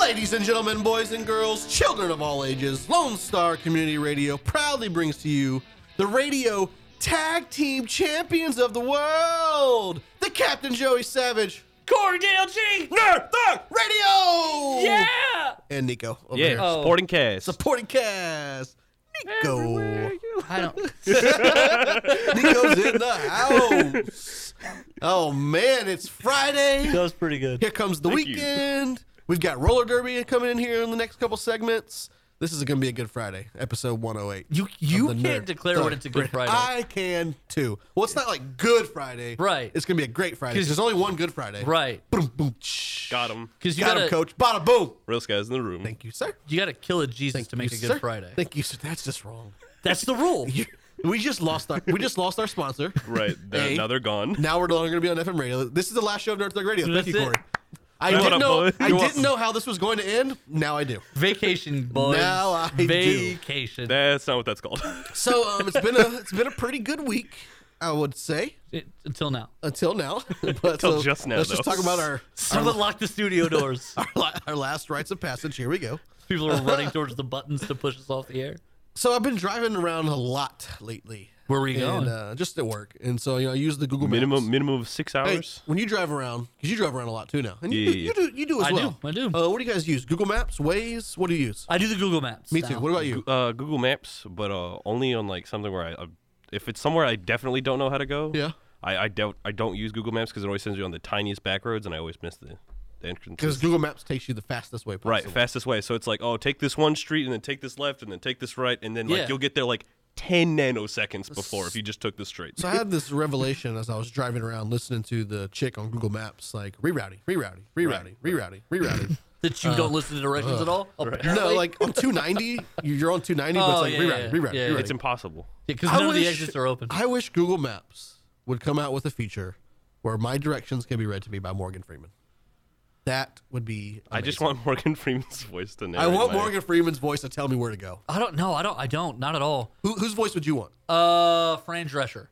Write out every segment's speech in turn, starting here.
Ladies and gentlemen, boys and girls, children of all ages, Lone Star Community Radio proudly brings to you the radio tag team champions of the world, the Captain Joey Savage, Cordell G. Nerd Thug Radio, Yeah. and Nico. over Yeah, here. Oh. supporting cast. supporting cast. Nico, I don't. Nico's in the house. Oh man, it's Friday. That was pretty good. Here comes the you. weekend. We've got roller derby coming in here in the next couple segments. This is going to be a Good Friday, episode 108. You you The can't nerd. declare Sorry, when it's a Brit. good Friday. I can too. Well, it's not like Good Friday, Right. It's going to be a great Friday. 'cause There's only one Good Friday, right. Boom, boom, shh. Got him. Because you Got gotta him, Coach. Bada boom. Real guys in the room. Thank you, sir. you gotta kill a Jesus to make You, a good sir. Friday. Thank you, sir. That's just wrong. That's the rule. we just lost our we just lost our sponsor. Right. They're, Hey. now they're gone. Now we're no longer going to be on FM radio. This is the last show of Nerd Thug Radio. Thank That's you, it. Corey. I That's what didn't I'm know. doing. I You're didn't welcome. know how this was going to end. Now I do. Vacation, boys. Now I do. Vacation. That's not what that's called. So um, it's been a it's been a pretty good week, I would say, It- until now. until now. But Until so just now, Let's though. just talk about our Someone locked the studio doors. our, la- our last rites of passage. Here we go. People are running towards the buttons to push us off the air. So I've been driving around a lot lately. Where were you and, going? Uh, just at work, and so you know, I use the Google Maps. minimum minimum of six Hey, hours. when you drive around, because you drive around a lot too now, and you, do, Yeah, yeah, you do you do as I do, well. I do. Uh, what do you guys use? Google Maps, Waze. What do you use? I do the Google Maps. Me now. too. What about you? Uh, Google Maps, but uh, only on like something where I, uh, if it's somewhere I definitely don't know how to go. Yeah. I, I don't I don't use Google Maps because it always sends you on the tiniest back roads and I always miss the, the entrance. Because Google Maps takes you the fastest way possible. Right, fastest way. So it's like, oh, take this one street and then take this left and then take this right and then like Yeah. you'll get there like ten nanoseconds before if you just took the straight. So I had this revelation as I was driving around listening to the chick on Google Maps, like rerouting, rerouting, rerouting, rerouting, rerouting. That you don't listen to directions at all? Uh, no, like on 290, you- you're on 290, Oh, but it's like yeah, rerouting, yeah, rerouting, yeah, rerouting. It's impossible. Because I none of the wish- exits are open. I wish Google Maps would come out with a feature where my directions can be read to me by Morgan Freeman. That would be. I just amazing. want Morgan Freeman's voice to I narrate want my- Morgan Freeman's voice to tell me where to go. I don't know. I don't. I don't. Not at all. Who, whose voice would you want? Ah, Uh, Fran Drescher.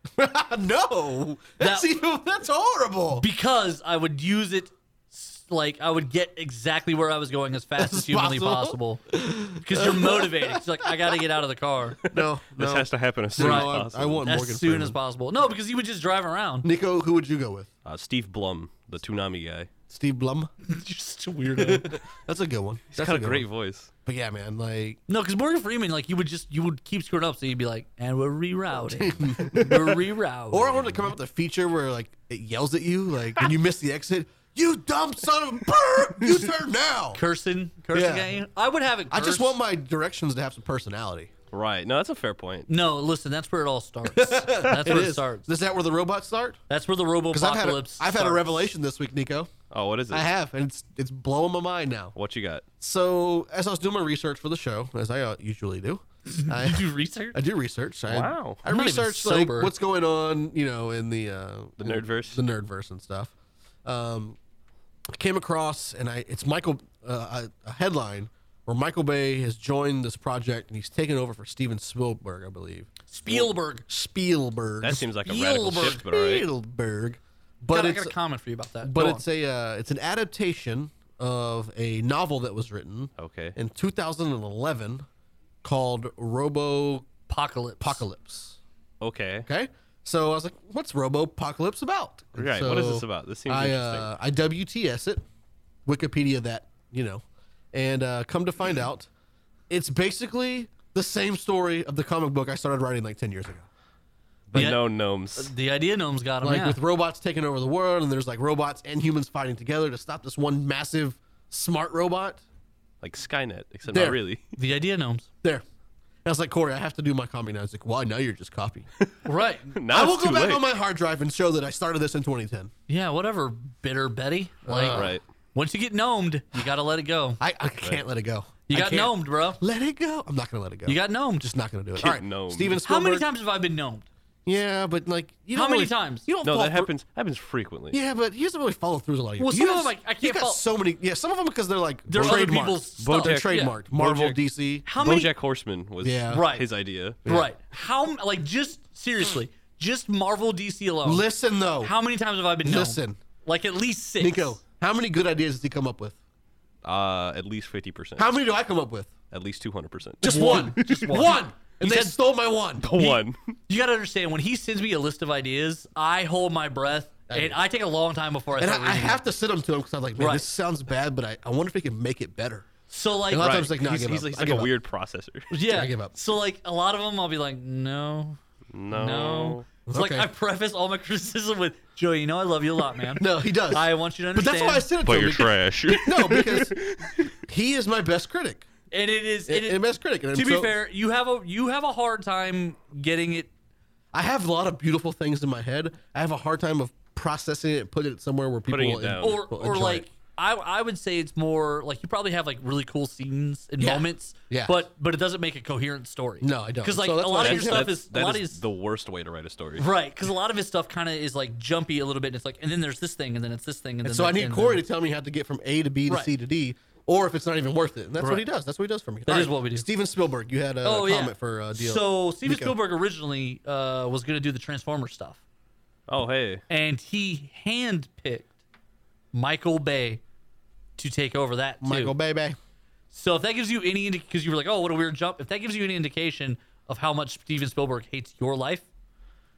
no, that's That- even, that's horrible. because I would use it s- like I would get exactly where I was going as fast as, As humanly possible. possible. Because you're motivated. It's like I got to get out of the car no, This no. has to happen as soon Right. as No, I- I possible. want- as Morgan soon Freeman. as possible. No, because he would just drive around. Nico, who would you go with? uh, Steve Blum, the Toonami guy. Steve Blum. You're such a weirdo. That's a good one. He's That's got a good great one. voice. But yeah, man, like no, because Morgan Freeman, like you would just you would keep screwing up, so you'd be like, and we're rerouting, we're rerouting. Or I wanted to come up with a feature where like it yells at you, like when you miss the exit, you dumb son of a brr, you turn now. cursing, cursing Yeah. at you. I would have it. I just cursed. want my directions to have some personality. Right. No, that's a fair point. No, listen, that's where it all starts. That's where it, Is- starts. Is that where the robots start? That's where the robo Because I've had a, apocalypse. I've had a revelation this week, Nico. Oh, what is it? I have, and it's it's blowing my mind now. What you got? So as I was doing my research for the show, as I uh, usually do, I Do research. I do research. I, Wow. I I'm not even researched like sober. what's going on, you know, in the uh, The nerdverse? the nerdverse and stuff. Um, I came across and I it's Michael uh, a, a headline where Michael Bay has joined this project and he's taken over for Steven Spielberg, I believe. Spielberg. Spielberg. That seems like a radical Spielberg. shift, but all right. Spielberg. But God, I it's got a comment for you about that. but Go it's a uh, it's an adaptation of a novel that was written Okay. in 2011 called Robo on. apocalypse. Apocalypse. Okay. Okay. So I was like, what's Robo Apocalypse about? And Right. what is so this about? This seems I, interesting. uh, I WTS it, Wikipedia that, you know, and uh, come to find out, it's basically the same story of the comic book I started writing like 10 years ago. but yeah. no gnomes. The idea gnome's got him. Like yeah. with robots taking over the world, and there's like robots and humans fighting together to stop this one massive smart robot. Like Skynet, except There. not really. the idea gnomes. There. And I was like, Corey, I have to do my copy now. He's like, why? Now you're just copying. Right. Now I it's will go too back late. on my hard drive and show that I started this in 2010. yeah, whatever, bitter Betty. Uh, Like Right. once you get gnomed, you gotta let it go. I, I can't let it go. You I got can't gnomed, bro. Let it go. I'm not gonna let it go. You got gnomed. just not gonna do it. Get All right, gnomed. Steven How Spielberg. many times have I been gnomed? Yeah, but like, you How don't many really- times? You don't. No, follow that through- happens happens frequently. Yeah, but he doesn't really follow through with a lot of. Well, you some have of them, s- I- I can't You've got follow- so many. Yeah, some of them because they're like They're other trademarked. people's stuff. They're Bojack- trademarked. yeah. Marvel, Bojack- DC. How many? Bojack Horseman was Yeah. Right. his idea. Right. How m- like just seriously, just Marvel DC alone. Listen though, How many times have I been gnomed? Listen. Like at least six. Nico. How many good ideas does he come up with? Uh, at least fifty percent. How many do I come up with? At least two hundred percent. Just one. One. Just one. One. And He they said- stole my one. one. You gotta understand when he sends me a list of ideas, I hold my breath and I take a long time before I And start I, I reading it. have to send them to him because I'm like, man, Right. this sounds bad, but I, I wonder if we can make it better. So like, And a lot of Right. times, like, no, I he's, give he's, up. he's I like give a up. weird processor. yeah, I give up. So like a lot of them, I'll be like, no, No. no. It's like Oh. Okay. I preface all my criticism with, Joey, you know I love you a lot, man. No, he does. I want you to but understand. that's why I sent it But to you're him. trash. No, because he is my best critic. and it is. It, And, and best critic. And to so be fair, you have a you have a hard time getting it. I have a lot of beautiful things in my head. I have a hard time of processing it and putting it somewhere where people Putting it will- down. or will or enjoy like it. I I would say it's more like you probably have like really cool scenes and Yeah. moments, Yeah. but but it doesn't make a coherent story. No, I don't. Because like So a that's lot why of I your said- stuff That- is a that lot is is the worst way to write a story. right because a lot of his stuff kind of is like jumpy a little bit. And it's like and then there's this thing and then it's this thing and then So I that- need and Corey then- to tell me how to get from A to B to Right. C to D, or if it's not even worth it. And that's what he does. That's what he does for me. That is is what we do. Steven Spielberg, you had a Oh comment yeah. for uh, deal. so Steven Nico. Spielberg originally uh, was gonna do the Transformer stuff, Oh hey. and he handpicked Michael Bay to take over that. Too. Michael Bay. So if that gives you any indication, because you were like, oh, what a weird jump. If that gives you any indication of how much Steven Spielberg hates your life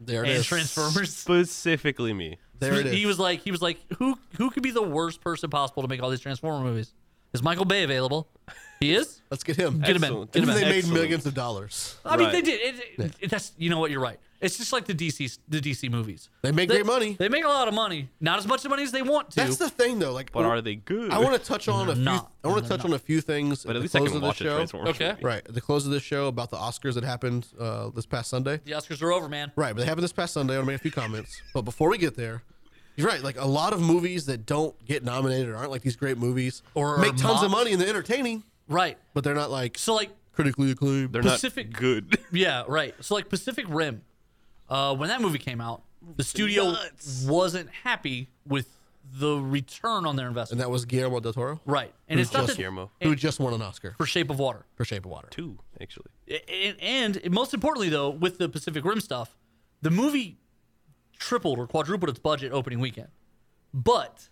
There it and is. Transformers, Specifically me. there it he, is. he was like, he was like, who who could be the worst person possible to make all these Transformer movies? Is Michael Bay available? He is. Let's get him. Get him in. Excellent. Get him And in. they made Excellent. millions of dollars. I mean, they Right. did. It, it- that's you know what you're right. It's just like the DC the DC movies. They make great money. They make a lot of money. Not as much money as they want to. That's the thing, though. Like, But are they good? I want to touch on a few. not. I want to touch on a few things. But the at least I close can of the watch a show. Transformers. Okay. movie. Right, at the close of this show about the Oscars that happened uh, this past Sunday. the Oscars are over, man. Right, but they happened this past Sunday. I want to make a few comments. But before we get there, you're right. Like a lot of movies that don't get nominated or aren't like these great movies Or are make tons of mocked. money and they're entertaining, Right. but they're not like So like critically acclaimed. They're Pacific- not good. Yeah, right. So like Pacific Rim, uh, when that movie came out, the studio Nuts. wasn't happy with the return on their and investment. that was Guillermo del Toro, right, and it's not just that- Guillermo. who just won an Oscar for Shape of Water. for Shape of Water. Two actually. And, and most importantly, though, with the Pacific Rim stuff, the movie tripled or quadrupled its budget opening weekend, but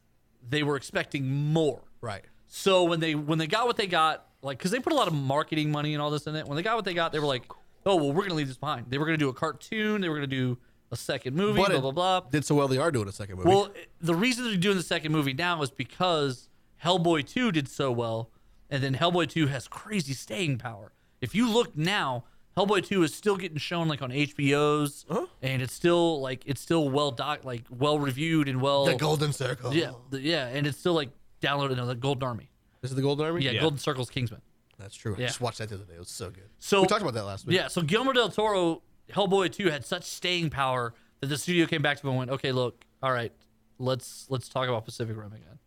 they were expecting more. Right. So when they when they got what they got, like because they put a lot of marketing money and all this in it. When they got what they got, they were like, oh well, we're gonna leave this behind. They were gonna do a cartoon. They were gonna do a second movie. But blah it blah blah. Did so well they are doing a second movie. Well, the reason they're doing the second movie now is because Hellboy 2 did so well, and then Hellboy 2 has crazy staying power. If you look now, Hellboy 2 is still getting shown like on HBO's, and it's still like it's still well doc like well reviewed and well the Golden Circle. Oh. yeah the- yeah, and it's still like downloaded on the Golden Army. Is it the Golden Army? Yeah, Yeah. Golden Circle's Kingsman. That's true. I Yeah. just watched that the other day. It was so good. So- we talked about that last week. Yeah, so Guillermo del Toro, Hellboy 2 had such staying power that the studio came back to him and went, "Okay, look, all right, let's let's talk about Pacific Rim again."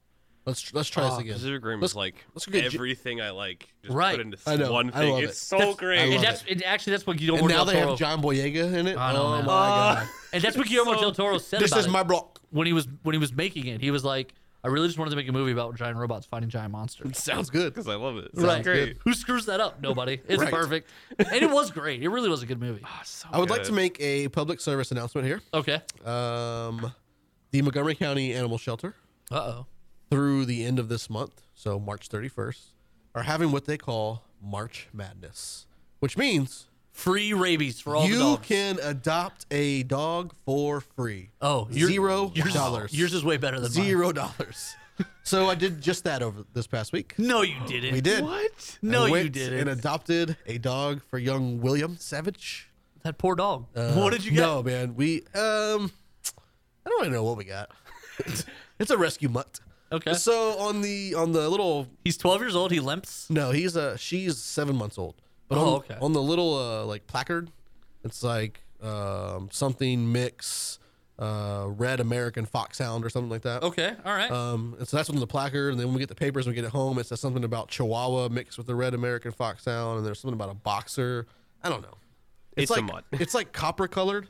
Let's let's try Oh, this again. Pacific Rim Let's- is like let's get J- everything I like. Just Right. Put into I know. one I thing. love it's it. so That's- great. I love and it. that's and actually that's what Guillermo and now del they Toro. have John Boyega in it. I know, oh man. my god! uh, and that's what Guillermo del Toro said This about is it my block. when he was when he was making it. He was like, "I really just wanted to make a movie about giant robots fighting giant monsters." Sounds good. because I love it. It's Right. great. Who screws that up? Nobody. It's Right. Ah, perfect, and it was great. It really was a good movie. I would like to make a public service announcement here. Okay. Um, the Montgomery County Animal Shelter, Uh oh. through the end of this month, so March 31st, are having what they call March Madness, which means Free rabies for all the you dogs. can adopt a dog for free. oh, your- zero yours, dollars. Yours is way better than mine. zero dollars. so I did just that over this past week. No, you didn't. We did. What? No, I you went didn't. And adopted a dog for young William Savage. that poor dog. Uh, what did you get? No, man. We um, I don't really know what we got. it's a rescue mutt. Okay. So on the on the little He's 12 years old. He limps. no, he's uh she's seven months old. But Oh, on, okay. on the little uh like placard, it's like um something mix, uh red American foxhound or something like that. Okay. All right. Um, and so that's on the placard, and then when we get the papers, and we get it home. It says something about Chihuahua mixed with the red American foxhound, and there's something about a boxer. I don't know. It's a like mutt. it's like copper colored.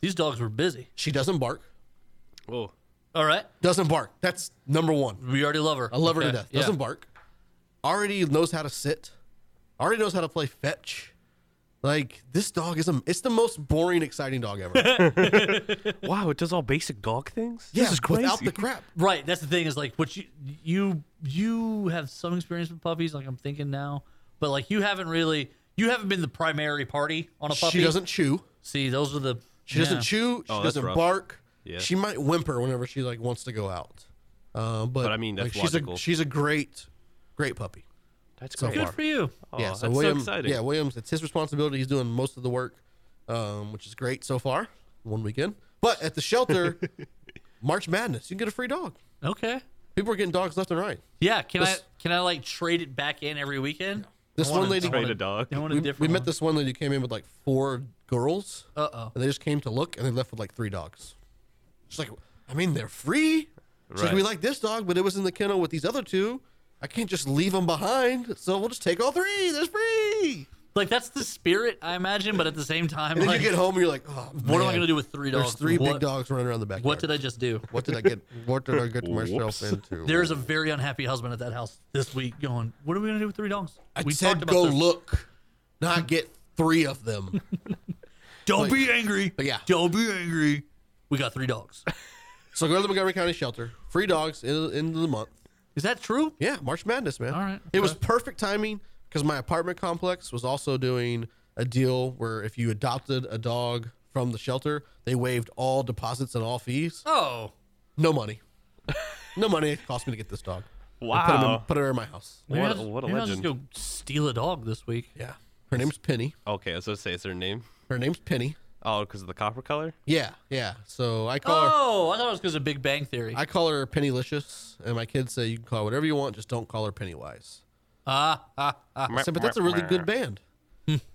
These dogs were busy. She doesn't bark. Oh, All right. Doesn't bark. That's number one. We already love her. I love her to Okay, death. yeah. Doesn't bark. Already knows how to sit. Already knows how to play fetch. Like this dog is a, it's the most boring, exciting dog ever. Wow, it does all basic dog things. yeah, this is crazy. without the crap. Right. That's the thing is like what you you you have some experience with puppies, like I'm thinking now, but like you haven't really you haven't been the primary party on a puppy. She doesn't chew. see those are the She doesn't chew. She Oh, that's doesn't rough. bark. Yeah. She might whimper whenever she like wants to go out. Uh, but, But I mean, that's like, she's a logical. she's a great, great puppy. That's So great. far. Good for you. Oh, yeah, so Aw, Oh, that's so William, exciting. yeah, Williams, it's his responsibility. He's doing most of the work, um, which is great so far. One weekend, but at the shelter, March Madness, you can get a free dog. Okay. People are getting dogs left and right. Yeah. Can This- I can I like trade it back in every weekend? This I want one lady- I want Trade a dog. I want a We, different. we met this one lady who came in with like four girls, Uh oh. and they just came to look, and they left with like three dogs. She's like, I mean, they're free. She's like, Right. we like this dog, but it was in the kennel with these other two. I can't just leave them behind, so we'll just take all three. There's free. Like that's the spirit I imagine, but at the same time, And then like, you get home, and you're like, oh, what am I man, gonna do with three There's dogs? three what, big dogs running around the backyard. What did I just do? What did I get? What did I get myself Whoops. into? There's a very unhappy husband at that house this week going, What are we gonna do with three dogs? I we said go this. look, not get three of them. Don't be angry. yeah. Don't be angry. We got three dogs. so go to the Montgomery County shelter. Free dogs in end of the month. Is that true? Yeah, March Madness, man. All right, It was okay. perfect timing because my apartment complex was also doing a deal where if you adopted a dog from the shelter, they waived all deposits and all fees. Oh. No money. no money. It cost me to get this dog. I Put him in, Wow. put her in my house. Maybe What I'll a- just- what a maybe I'll just legend. go steal a dog this week. Yeah. Her name's Penny. Okay, I was gonna say, is her name? Her name's Penny. Oh, because of the copper color. Yeah, yeah. So I call her. Oh, I thought it was because of Big Bang Theory. I call her Pennylicious, and my kids say you can call her whatever you want, just don't call her Pennywise. Ah, ah, ah. I said, but that's a really good band.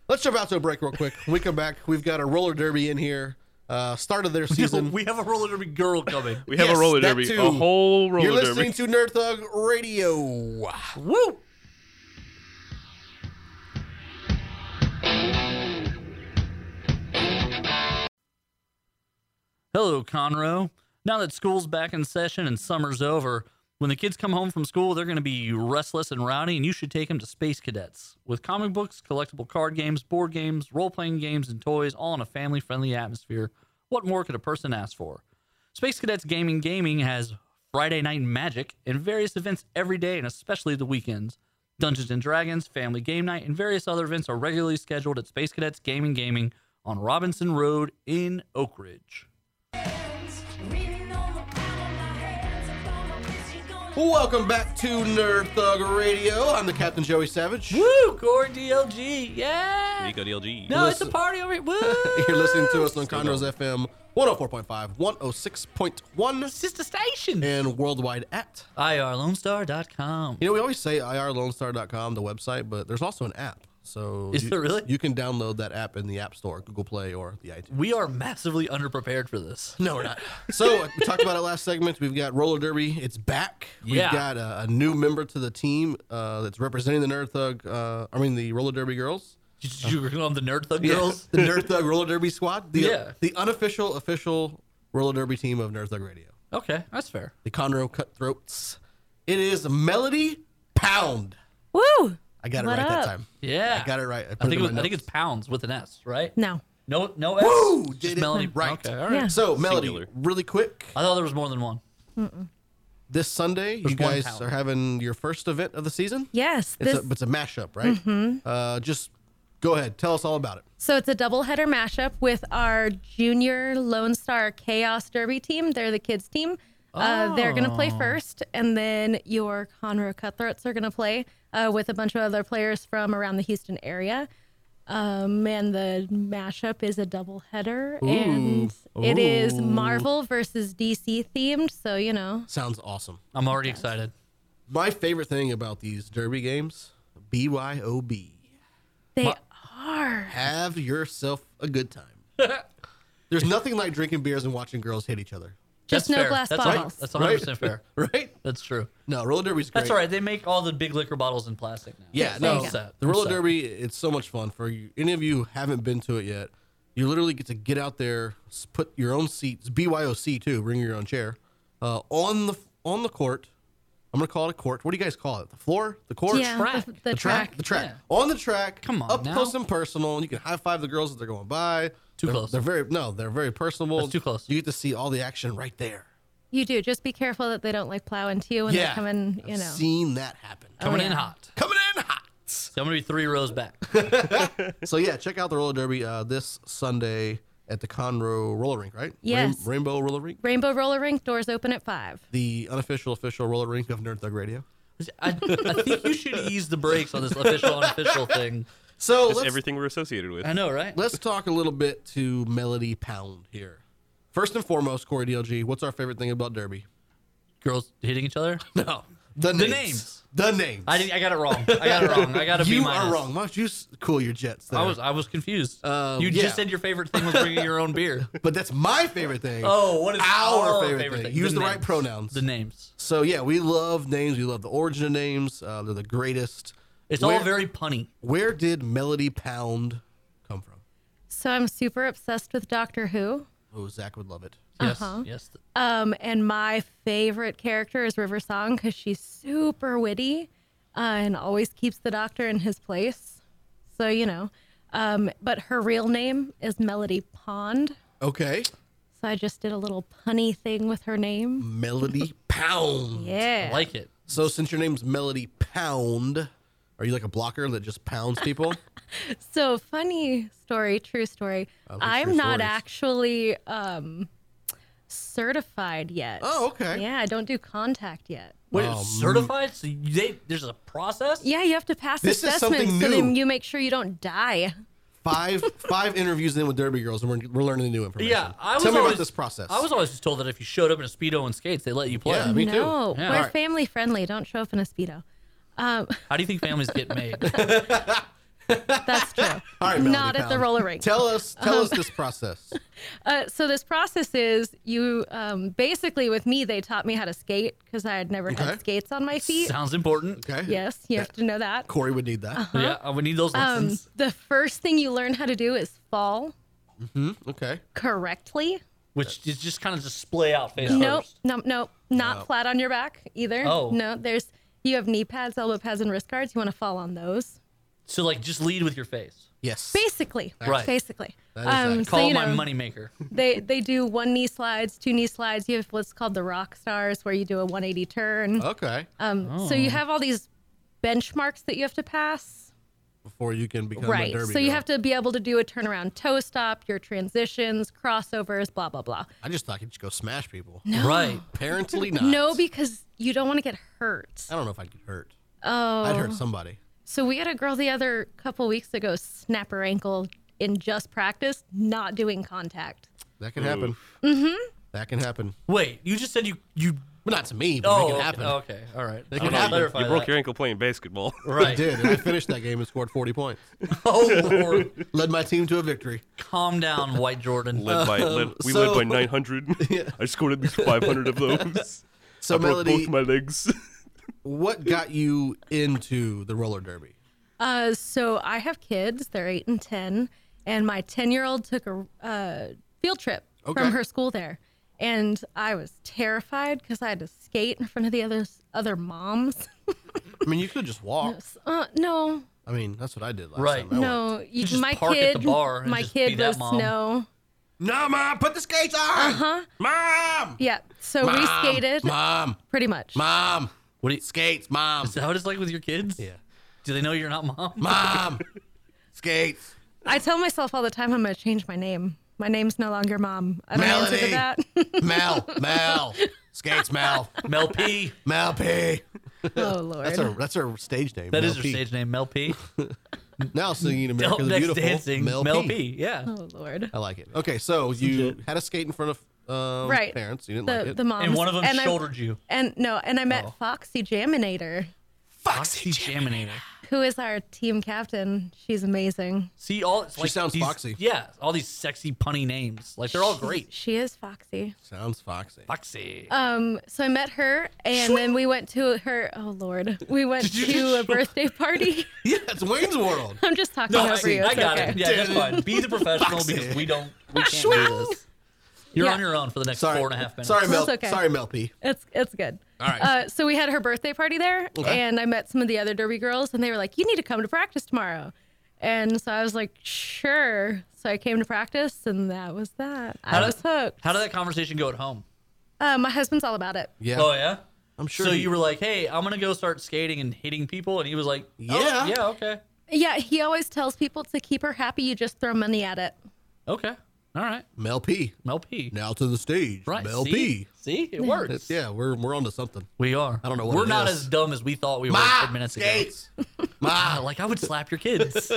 Let's jump out to a break real quick. When we come back, we've got a roller derby in here. Uh, start of their season. We have a roller derby girl coming. We have Yes, a roller that derby, too. a whole roller You're listening derby. to Nerd Thug Radio. Woo! Hello, Conroe. Now that school's back in session and summer's over, when the kids come home from school, they're going to be restless and rowdy, and you should take them to Space Cadets. With comic books, collectible card games, board games, role playing games, and toys, all in a family friendly atmosphere, what more could a person ask for? Space Cadets Gaming Gaming has Friday Night Magic and various events every day and especially the weekends. Dungeons and Dragons, Family Game Night, and various other events are regularly scheduled at Space Cadets Gaming Gaming on Robinson Road in Oak Ridge. Welcome back to Nerd Thug Radio. I'm the Captain Joey Savage. Woo! Core DLG! Yeah! Nico DLG. No, it's it's a a party over here. Woo! You're listening to us on Conroe's FM 104.5, 106.1, Sister Station! and worldwide at IRLoneStar.com. You know, we always say irlonestar.com, the website, but there's also an app. So Is you, there really? You can download that app in the App Store, Google Play, or the iTunes. We are massively underprepared for this. No, we're not. so uh, we talked about it last segment. We've got roller derby. It's back. Yeah. We've got a, a new member to the team uh, that's representing the Nerd Thug. Uh, I mean, the roller derby girls. Did you Uh-huh. were on the Nerd Thug Girls? the Nerd Thug roller derby squad. The, uh, Yeah. The unofficial official roller derby team of Nerd Thug Radio. Okay, that's fair. The Conroe Cutthroats. It is Melody Pound. Woo! I got it What right that up? time. Yeah. I got it right. I, put I it think, it in was, my I think notes. it's pounds with an S, right? No. No, no S. Woo! Just Did it Melody. right. Okay, all right. Yeah. So, Melody, Singular. really quick, I thought there was more than one. this Sunday, you There's one guys pound. are having your first event of the season. Yes. It's, This, Mm-hmm. a, it's a mashup, right? Uh, just go ahead. Tell us all about it. so it's a doubleheader mashup with our junior Lone Star Chaos Derby team. They're the kids team. Uh, they're going to play first, and then your Conroe Cutthroats are going to play uh, with a bunch of other players from around the Houston area. Um, and the mashup is a doubleheader, and it is Marvel versus DC themed. So, you know, Sounds awesome. I'm already excited. My favorite thing about these derby games, BYOB. they are. Have yourself a good time. There's nothing like drinking beers and watching girls hit each other, Just That's no fair. glass That's bottles. That's Right? 100 percent fair. right? That's true. No, roller derby's great. That's all right. They make all the big liquor bottles in plastic now. Yeah, there no, you go. the roller I'm sad. derby. It's so much fun for you. Any of you who haven't been to it yet? You literally get to get out there, s- put your own seats, BYOC too, bring your own chair, uh, on the on the court. I I'm gonna call it a court. What do you guys call it? The floor? The court? yeah, track. The, the The track. The track. On the track. Come on Up now. close and personal. And you can high five the girls as they're going by. Too They're- close. They're very no, they're very personable. That's too close. You get to see all the action right there. You do. Just be careful that they don't like plow into you when they come in. You I've know. seen that happen. Coming Oh, in yeah. hot. Coming in hot. So I'm gonna be three rows back. So yeah, check out the roller derby uh, this Sunday at the Conroe Roller Rink, right? Yes. Rainbow Roller Rink, Rainbow Roller Rink doors open at five. the unofficial official roller rink of Nerd Thug Radio. I, I think you should ease the brakes on this official unofficial thing. So Just let's, everything we're associated with. I know, right? let's talk a little bit to Melody Pound here. First and foremost, Corey DLG, what's our favorite thing about Derby? Girls hitting each other. No, the names. names. The names. I didn't, I got it wrong. I got it wrong. I got to be you minus. are wrong. Why don't you s- cool your jets? There? I was I was confused. Um, you yeah. just said your favorite thing was bringing your own beer. but that's my favorite thing. Oh, what is our, favorite, thing? Use the, right names. pronouns. The names. so yeah, we love names. We love the origin of names. Uh, they're the greatest. It's Where- all very punny. Where did Melody Pound come from? So I'm super obsessed with Doctor Who. Oh, Zach would love it. Yes. Uh-huh. Yes. Um, and my favorite character is River Song because she's super witty uh, and always keeps the doctor in his place. So, you know. Um, but her real name is Melody Pond. Okay. So I just did a little punny thing with her Mm, name. Melody Pound. Yeah. I like it. So since your name's Melody Pound, are you like a blocker that just pounds people? So funny story, true story. like I'm true not stories. actually um, certified yet. Oh, okay. Yeah, I don't do contact yet. Wait, Oh, certified? So you- they, there's a process? Yeah, you have to pass This is assessments, something so new. then you make sure you don't die. Five five interviews in with Derby Girls, and we're, we're learning new information. Yeah, I was Tell me always- about this process. I was always just told that if you showed up in a speedo and skates, they let you play. Yeah, me too. no, Yeah. we're Alright. family friendly. Don't show up in a speedo. How do you think families get made? That's true. All right, Melody Not at the Pound. roller rink. Tell us, tell Uh-huh. us this process. Uh, so this process is you um, basically with me they taught me how to skate because I had never Okay. had skates on my feet. Sounds important. Okay. Yes, you have to know that. Corey would need that. Yeah, uh, we need those Um, lessons. the first thing you learn how to do is fall Okay. correctly. which is just kind of just splay out face Nope, first. nope, nope. Not Nope. flat on your back either. Oh. No, there's you have knee pads, elbow pads, and wrist guards. You want to fall on those. So like just lead with your face. Yes. Basically. Right. Basically. Um, That is that. Call you my know, moneymaker. They they do one knee slides, two knee slides. You have what's called the rock stars where you do a 180 turn. Okay. Um, Oh. So you have all these benchmarks that you have to pass. Before you can become a Right. Derby So you girl. have to be able to do a turnaround toe stop, your transitions, crossovers, blah, blah, blah. I just thought I could just go smash people. Right. Apparently not. No, because you don't want to get hurt. I don't know if I'd get hurt. Oh. I'd hurt somebody. So we had a girl the other couple weeks ago snap her ankle in just practice, not doing contact. That can happen. Mm-hmm. That can happen. Wait, you just said you you. Well, not to me, but Oh, it can okay, happen. okay, all right. I can wanna happen. clarify You broke that. your ankle playing basketball. I right. did. And I finished that game and scored 40 points. Oh Lord, Led my team to a victory. calm down, White Jordan. Uh, led by, led, we led so- by 900. I scored at least 500 of those. So, I broke Melody, both my legs. what got you into the roller derby? Uh, so I have kids; they're eight and ten, and my ten-year-old took a uh, field trip Okay. from her school there, and I was terrified because I had to skate in front of the other other moms. I mean, you could just walk. Uh, no, I mean, that's what I did last Right. time. I went, no, you, Oh, just my park at kid, the bar and my just be kid that was mom. no, No, mom, put the skates on. Uh-huh. Mom. yeah. So we Mom! skated Mom. pretty much. Mom. What do you, Skates, mom. is that what it's like with your kids? Yeah. Do they know you're not mom? Mom. skates. I tell myself all the time I'm gonna change my name. My name's no longer mom. I'm gonna answer to Melody. that. Mel. Mel. Skates, Mel. Mel P. Mel P. oh lord. That's her. That's her stage name. That Mel is her P. stage name, Mel P. Now singing Del- America the next Beautiful. dancing, Mel, P. Yeah. oh lord. I like it. Okay, so you had a skate in front of um, Right. parents. You didn't Oh, The like it. Oh. the moms And one of them I- shouldered you. And no, and I met Foxy Jaminator, Foxy Jaminator. who is our team captain. She's amazing. See all. It's She like sounds these- foxy. Yeah, all these sexy punny names. Like they're all great. She is Foxy. Sounds foxy. Foxy. Um, so I met her, and then we went to her. Oh lord, we went you to a birthday party. Yeah, it's Wayne's World. I'm just talking No, over I, you. I It's got okay. it. Yeah, that's fine. Be the professional Foxy. because we don't. We can't do this. You're Yeah. on your own for the next Sorry. four and a half minutes. Sorry, Mel. That's okay. Sorry, Mel P. It's it's good. All right. Uh, so we had her birthday party there, and I met some of the other Derby girls, and they were like, "You need to come to practice tomorrow." And so I was like, "Sure." So I came to practice, and that was that. I How was did- hooked. How did that conversation go at home? Uh, my husband's all about it. yeah. Oh yeah. I'm sure. so he- you were like, "Hey, I'm gonna go start skating and hitting people," and he was like, oh, Yeah. yeah, okay, Yeah, he always tells people to keep her happy. You just throw money at it. okay, all right, Mel P. Mel P. Now to the stage. Right, Mel see? P. See, it works. That's- yeah, we're we're onto something. we are. I don't know what we're it not is. as dumb as we thought we were Ma, ten minutes ago. skates. Ah, like I would slap your kids.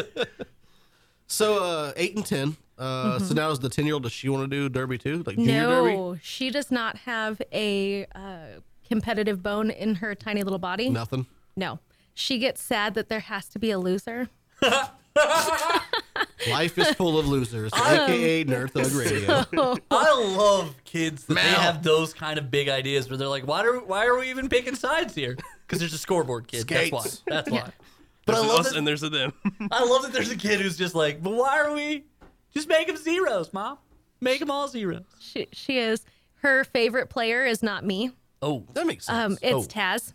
So uh, eight and ten. Uh, So now is the ten year old. Does she want to do derby too? Like junior derby? Mm-hmm. No, she does not have a uh, competitive bone in her tiny little body. Nothing. No. She gets sad that there has to be a loser. Life is full of losers, Um, aka Nerd Thug Radio. I love kids that they Mal. have those kind of big ideas where they're like, "Why are why are we even picking sides here?" Because there's a scoreboard, kid. Skates. That's why. That's why. I But there's an love us it- and there's a them. I love that there's a kid who's just like, "But why are we? Just make them zeros, mom. Make them all zeros." She, she is. Her favorite player is not me. Oh, That makes sense. Um, it's Taz.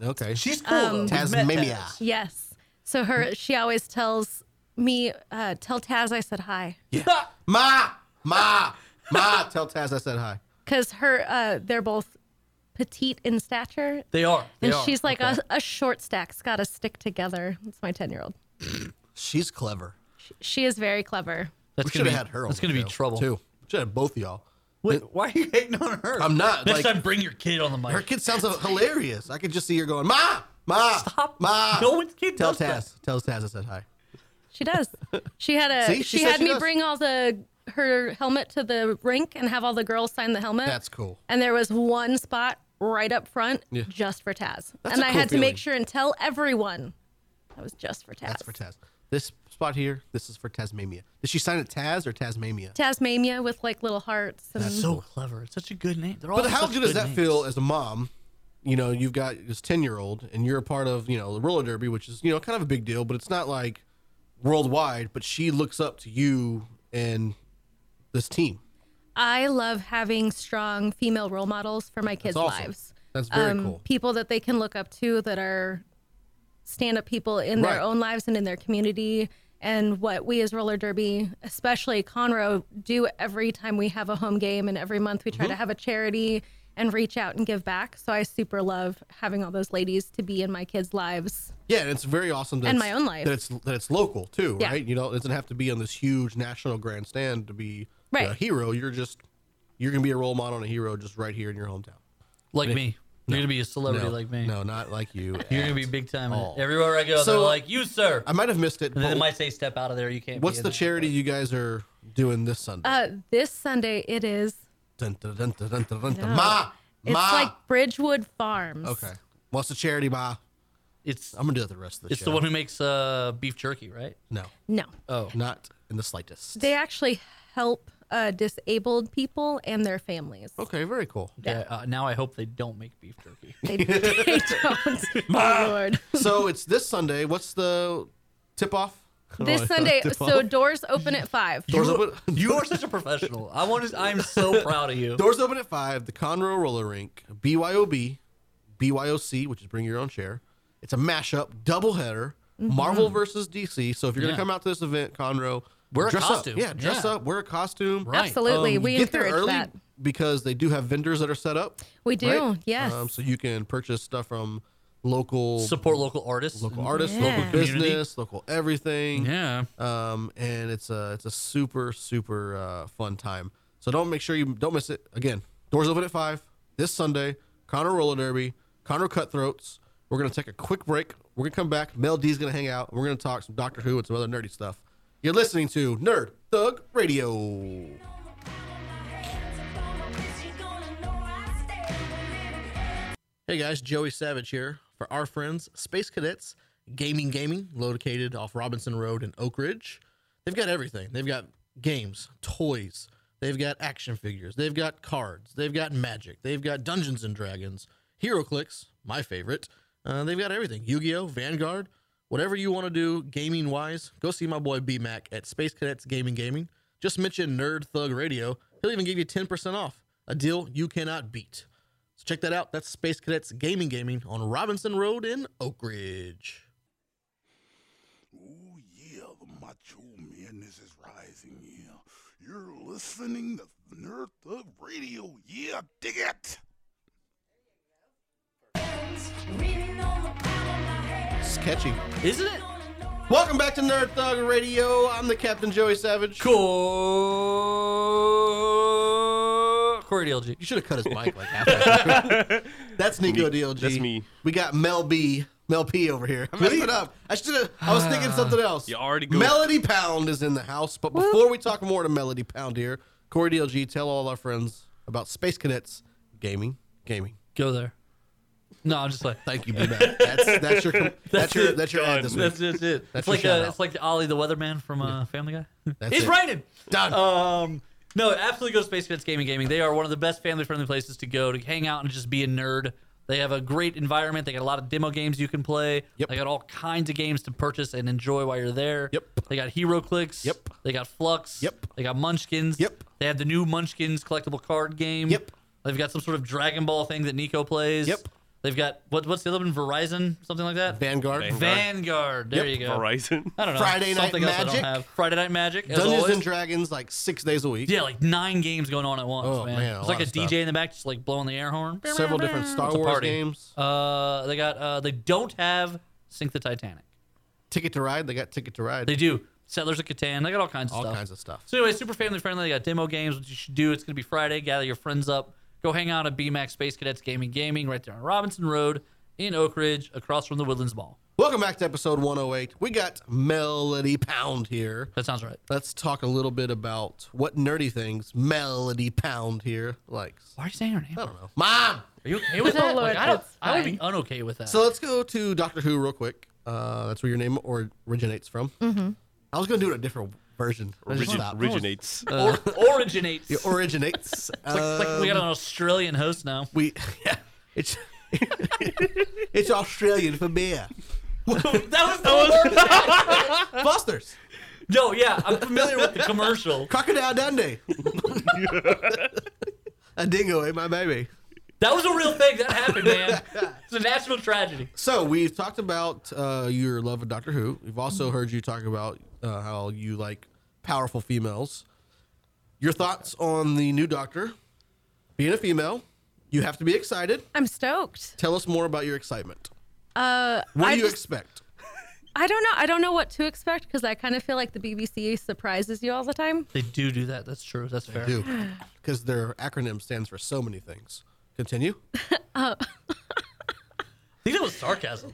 okay. she's cool. though. We've met Tasmania. Um, Taz. Yes. So Mm-hmm. her, she always tells me, uh, tell Taz I said hi, Ma, ma, ma. Tell Taz I said hi. because her, uh, they're both petite in stature, They are. They and are. she's like us a, short stack's got to stick together. That's my ten year old. She's clever. She is very clever. That's We gonna should have had be- her. on That's the gonna be show, trouble. too. Should have both of y'all. Wait, why are you hating on her? I'm not, Next like- time, bring your kid on the mic. Her kid sounds hilarious. I could just see her going, ma, ma, Stop. ma. No one's kid Tell does that. Taz. Tell Taz I said hi. She does. She had a See? she, She said had she me does. bring all the her helmet to the rink and have all the girls sign the helmet. That's cool. And there was one spot right up front Yeah. just for Taz. That's and a I cool had to feeling. make sure and tell everyone that was just for Taz. That's for Taz. This spot here, this is for Tasmania. Did she sign it Taz or Tasmania? Tasmania with like little hearts. And so clever. It's such a good name. They're all Oh, But how such good does good that names. feel as a mom? You know, you've got this 10 year old and you're a part of, you know, the roller derby, which is, you know, kind of a big deal, but it's not like worldwide. But she looks up to you and this team. I love having strong female role models for my kids' It's awesome. lives. That's very um, cool. People that they can look up to that are stand up people in Right. their own lives and in their community. And what we as roller derby, especially Conroe, do every time we have a home game and every month we try Mm-hmm. to have a charity and reach out and give back. So I super love having all those ladies to be in my kids' lives. Yeah, and it's very awesome. That And it's- my own life. That it's that it's local too, Yeah. right? You know, it doesn't have to be on this huge national grandstand to be Right. a hero. You're just you're gonna be a role model and a hero just right here in your hometown. Like me. You're gonna be a celebrity No, like me. No, not like you. You're gonna be big time. in it. all. Everywhere I go, So- they're like, "You, sir." I might have missed it. and then but they might say, "Step out of there. You can't." be what's in the there." charity you guys are doing this Sunday? Uh, this Sunday it is, Dun, dun, dun, dun, dun, dun, dun, dun. Ma, it's ma. like Bridgewood Farms. okay. What's the charity, ma? It's I'm gonna do it the rest of the it's show. the one who makes uh, beef jerky, right? No, No. Oh, not in the slightest. They actually help uh, disabled people and their families. okay, very cool. yeah. Uh, now I hope they don't make beef jerky. They, they don't. oh, Lord. so it's this Sunday. What's the tip off? Oh, This Sunday, Tip so off? doors open at five. Doors you, open. you are such a professional. I want. To, I'm so proud of you. Doors open at five. The Conroe Roller Rink, BYOB, BYOC, which is Bring Your Own Chair. It's a mashup doubleheader, Mm-hmm. Marvel versus DC. So if you're Yeah. gonna come out to this event, Conroe, Wear a dress costume. Up. Yeah, dress Yeah. up. Wear a costume. Right. Absolutely, Um, we you get there encourage early that. because they do have vendors that are set up. We do, right? yes. Um, so you can purchase stuff from local Support local artists. local artists, local Yeah. business, Community. local everything. Yeah. um, and it's a it's a super super uh, fun time. So don't make sure you don't miss it. Again, doors open at five this Sunday. Conroe Roller Derby, Conroe Cutthroats. We're gonna take a quick break. We're gonna come back. Mel D's gonna hang out. We're gonna talk some Doctor Who and some other nerdy stuff. You're listening to Nerd Thug Radio. Hey guys, Joey Savage here for our friends Space Cadets Gaming Gaming, located off Robinson Road in Oak Ridge. They've got everything. They've got games, toys, they've got action figures, they've got cards, they've got magic, they've got Dungeons and Dragons, HeroClix, my favorite. Uh, they've got everything. Yu-Gi-Oh, Vanguard, whatever you want to do gaming wise, go see my boy B Mac at Space Cadets Gaming Gaming. Just mention Nerd Thug Radio. He'll even give you 10% off, a deal you cannot beat. So So check that out. That's Space Cadets Gaming Gaming on Robinson Road in Oak Ridge. Oh, yeah, the macho madness is rising, yeah. You're listening to Nerd Thug Radio, yeah, dig it! It's catchy. Isn't it? Welcome back to Nerd Thug Radio. I'm the Captain Joey Savage. Cool. Corey DLG. You should have cut his mic like half. that. that's Nico DLG. that's me. We got Mel B. Mel P over here. I messed it up. I should have. I was thinking something else. Ah. You already goofed. Melody Pound is in the house, but before we talk more to Melody Pound here, Corey DLG, tell all our friends about Space Cadets Gaming. Gaming. Go there. No, I'm just like Thank you, B Man. That's that's your com- that's, your it. that's your ad this week. that's that's it. That's it's like your uh, shout-out. it's like the Ollie the Weatherman from uh, Family Guy. That's it's it. raining. Done. Oh, Um, no, absolutely go to Space Cadets Gaming Gaming. They are one of the best family friendly places to go to hang out and just be a nerd. They have a great environment. They got a lot of demo games you can play. Yep. They got all kinds of games to purchase and enjoy while you're there. Yep. They got Hero Clicks. Yep. They got Flux. Yep. They got Munchkins. Yep. They have the new Munchkins collectible card game. Yep. They've got some sort of Dragon Ball thing that Nico plays. Yep. They've got what, what's the other one? Verizon, something like that. Vanguard. Vanguard. There Yep. you go. Verizon. I don't know. Friday Night Something else I don't Magic. have. Friday Night Magic. as Dungeons always. and Dragons like six days a week. Yeah, like nine games going on at once, Oh, man. man, a It's like lot a of DJ stuff. in the back just like blowing the air horn. Several different Star It's a Wars party. games. Uh, they got uh, they don't have Sink the Titanic. Ticket to Ride. They got Ticket to Ride. They do Settlers of Catan. They got all kinds of all stuff. kinds of stuff. So anyway, super family friendly. They got demo games, which you should do. It's gonna be Friday. Gather your friends up. Go hang out at BMAC Space Cadets Gaming Gaming right there on Robinson Road in Oak Ridge, across from the Woodlands Mall. Welcome back to episode 108. We got Melody Pound here. That sounds right. Let's talk a little bit about what nerdy things Melody Pound here likes. Why are you saying her name? I don't know. Mom! Are you okay with Oh, that? Lord, Like, I don't. that's I would be unokay with that. So let's go to Doctor Who real quick. Uh, that's where your name or- originates from. Mm-hmm. I was going to do it a different version. I just Origin- stopped. originates. uh, or, Uh, originates. It originates. It's like we um, got an Australian host now. we, yeah, it's, it's Australian for beer. That was the worst. Busters! No, yeah, I'm familiar with the commercial. Crocodile Dundee! a dingo ate my baby. That was a real thing. That happened, man. It's a national tragedy. So we've talked about uh, your love of Doctor Who. We've also heard you talk about uh, how you like powerful females. Your thoughts on the new Doctor being a female? You have to be excited. I'm stoked. Tell us more about your excitement. Uh, What I do you just- expect? I don't know. I don't know what to expect because I kind of feel like the BBC surprises you all the time. They do do that. That's true. That's fair. Do because their acronym stands for so many things. Continue. I think that was sarcasm.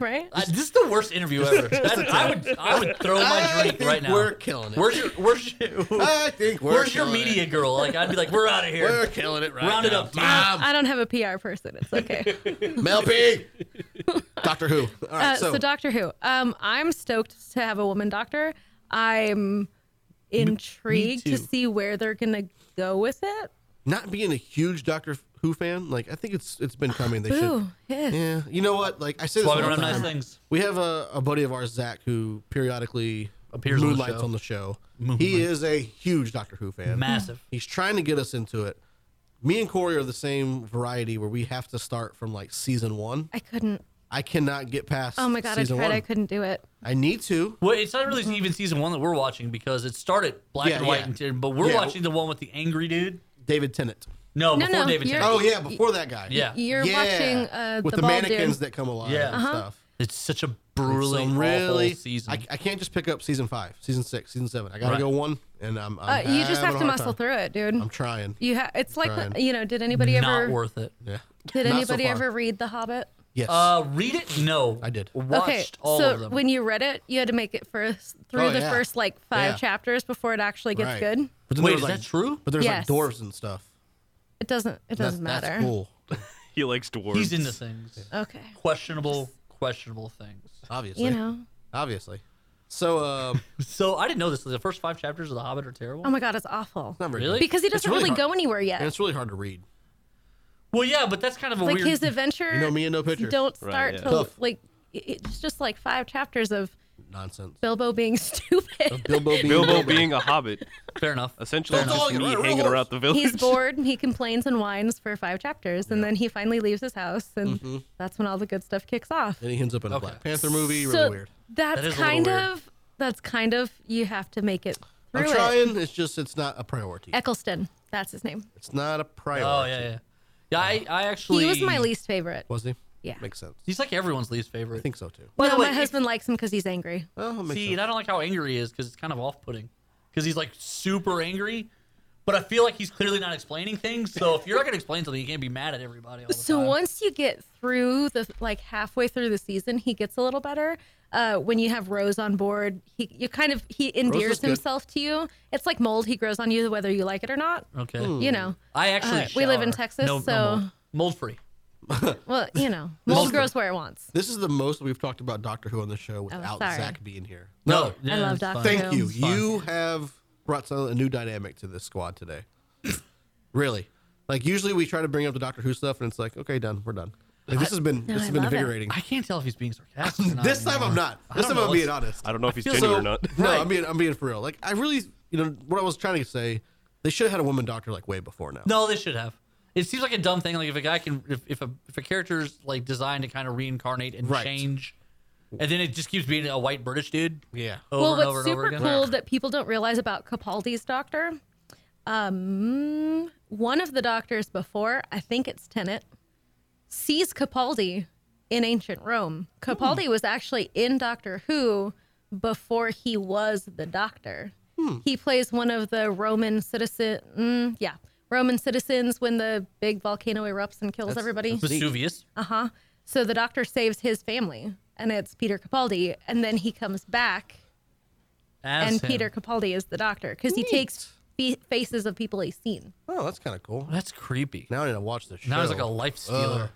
Right? I, this is the worst interview ever. That- I would, I would throw my I drink think right now. We're killing it. Where's your, where's your, I think we're where's your killing media It. girl? Like I'd be like, we're out of here. We're killing it right Round it now. up, damn Mom, I don't have a PR person. It's okay. Mel B. Doctor Who. All right, Uh, so, Doctor Who. Um, I'm stoked to have a woman doctor. I'm intrigued too. to see where they're gonna go with it. not being a huge Doctor Who fan, like I think it's it's been coming. They Ooh, should. yeah. Yeah, you know what? Like I say this Why we all don't the have nice time. things? We have a, a buddy of ours, Zach, who periodically Appears on the moonlights show. on the show. He is a huge Doctor Who fan. Massive. He's trying to get us into it. Me and Corey are the same variety where we have to start from like season one. I couldn't. I cannot get past. Oh my god, I season tried. One. I couldn't do it. I need to. Well, it's not really even season one that we're watching because it started black Yeah, and white, yeah. and tin, but we're Yeah. watching the one with the angry dude. David Tennant. No, No, before no, David. you're- Tennant. Oh yeah, before that guy. Yeah. You're Yeah. watching uh, with the, the, bald mannequins dude. that come alive Yeah. and Uh-huh. stuff. It's such a brutally So awful Oh. really, season. I, I can't just pick up season five, season six, season seven. I gotta Right. go one, and I'm. Uh, I'm you just having have a to hard muscle time. through it, dude. I'm trying. you ha- it's like Trying. you know. Did anybody Not ever? worth it. Yeah. Did Not so anybody far. ever read The Hobbit? Yes. Uh, read it? No, I did. Watched okay, all so of them. when you read it, you had to make it first through Oh, the yeah. first like five Yeah. chapters before it actually gets Right. good. But then Wait, there was, is that true? But there's Yes. like dwarves and stuff. It doesn't. It doesn't that's, matter. That's cool. he likes dwarves. He's into things. Okay. Questionable, questionable things. Obviously. You know. Obviously. So um, So I didn't know this. The first five chapters of The Hobbit are terrible. Oh my god, it's awful. it's not very Really? good. Because he It's doesn't really really, hard. go anywhere and yet. it's really hard to read. well, yeah, but that's kind of a Like weird. his adventure. You know me and no pictures. Don't Right, start yeah. till Tough. like it- it's just like five chapters of nonsense. Bilbo being stupid. Bilbo being Bilbo being a hobbit, Fair enough. essentially That's all just you- me right, hanging right. around the village. He's bored. He complains and whines for five chapters, and then he finally leaves his house, and Mm-hmm. that's when all the good stuff kicks off. and he ends up in a Black Panther movie. So really weird. That's That is a little kind weird. of. That's kind of. You have to make it through I'm it. trying. It's just it's not a priority. Eccleston. That's his name. It's not a priority. Oh yeah, yeah, yeah. I, I actually He was my least favorite. Was he? Yeah. Makes sense. He's like everyone's least I favorite. think so too. By no, the way, my if- husband likes him because he's angry. Oh, it makes See, sense. and I don't like how angry he is because it's kind of off-putting. Because he's like super angry, but I feel like he's clearly not explaining things. So if you're not gonna explain something, you can't be mad at everybody. All the So time. once you get through the like halfway through the season, he gets a little better. Uh, when you have Rose on board, he you kind of he endears good. himself to you. It's like mold; he grows on you whether you like it or not. Okay. Hmm. You know, Mm. I actually Uh, we live in shower. Texas, No- no so- mold. mold free. well, you know, mold is- grows where it wants. this is the most we've talked about Doctor Who on the show without Oh, sorry. Zach being here. No, I love Doctor Thank Who. you. It's fine. You have brought some, a new dynamic to this squad today. really. Like usually we try to bring up the Doctor Who stuff and it's like, okay, done, we're done. Like, this has been this I has been love it. invigorating. I can't tell if he's being sarcastic. or not This time anymore. I'm not. I This don't time I'm know. being honest. I don't know if he's feel genuine so- or not. No, Right. I'm being I'm being for real. Like I really you know what I was trying to say, they should have had a woman doctor like way before now. No, they should have. It seems like a dumb thing. Like if a guy can, if if a, if a character's like designed to kind of reincarnate and Right. change, and then it just keeps being a white British dude. Yeah. Over well, and what's over and super over again. cool that people don't realize about Capaldi's doctor, um, one of the doctors before, I think it's Tennant, sees Capaldi in ancient Rome. Capaldi Hmm. was actually in Doctor Who before he was the doctor. Hmm. He plays one of the Roman citizen, mm, yeah, Roman citizens when the big volcano erupts and kills everybody. Vesuvius. Uh huh. So the doctor saves his family, and it's Peter Capaldi, and then he comes back As and him. Peter Capaldi is the doctor because he takes fe- faces of people he's seen. Oh, that's kinda cool. That's creepy. Now I need to watch this show. Now he's like a life stealer,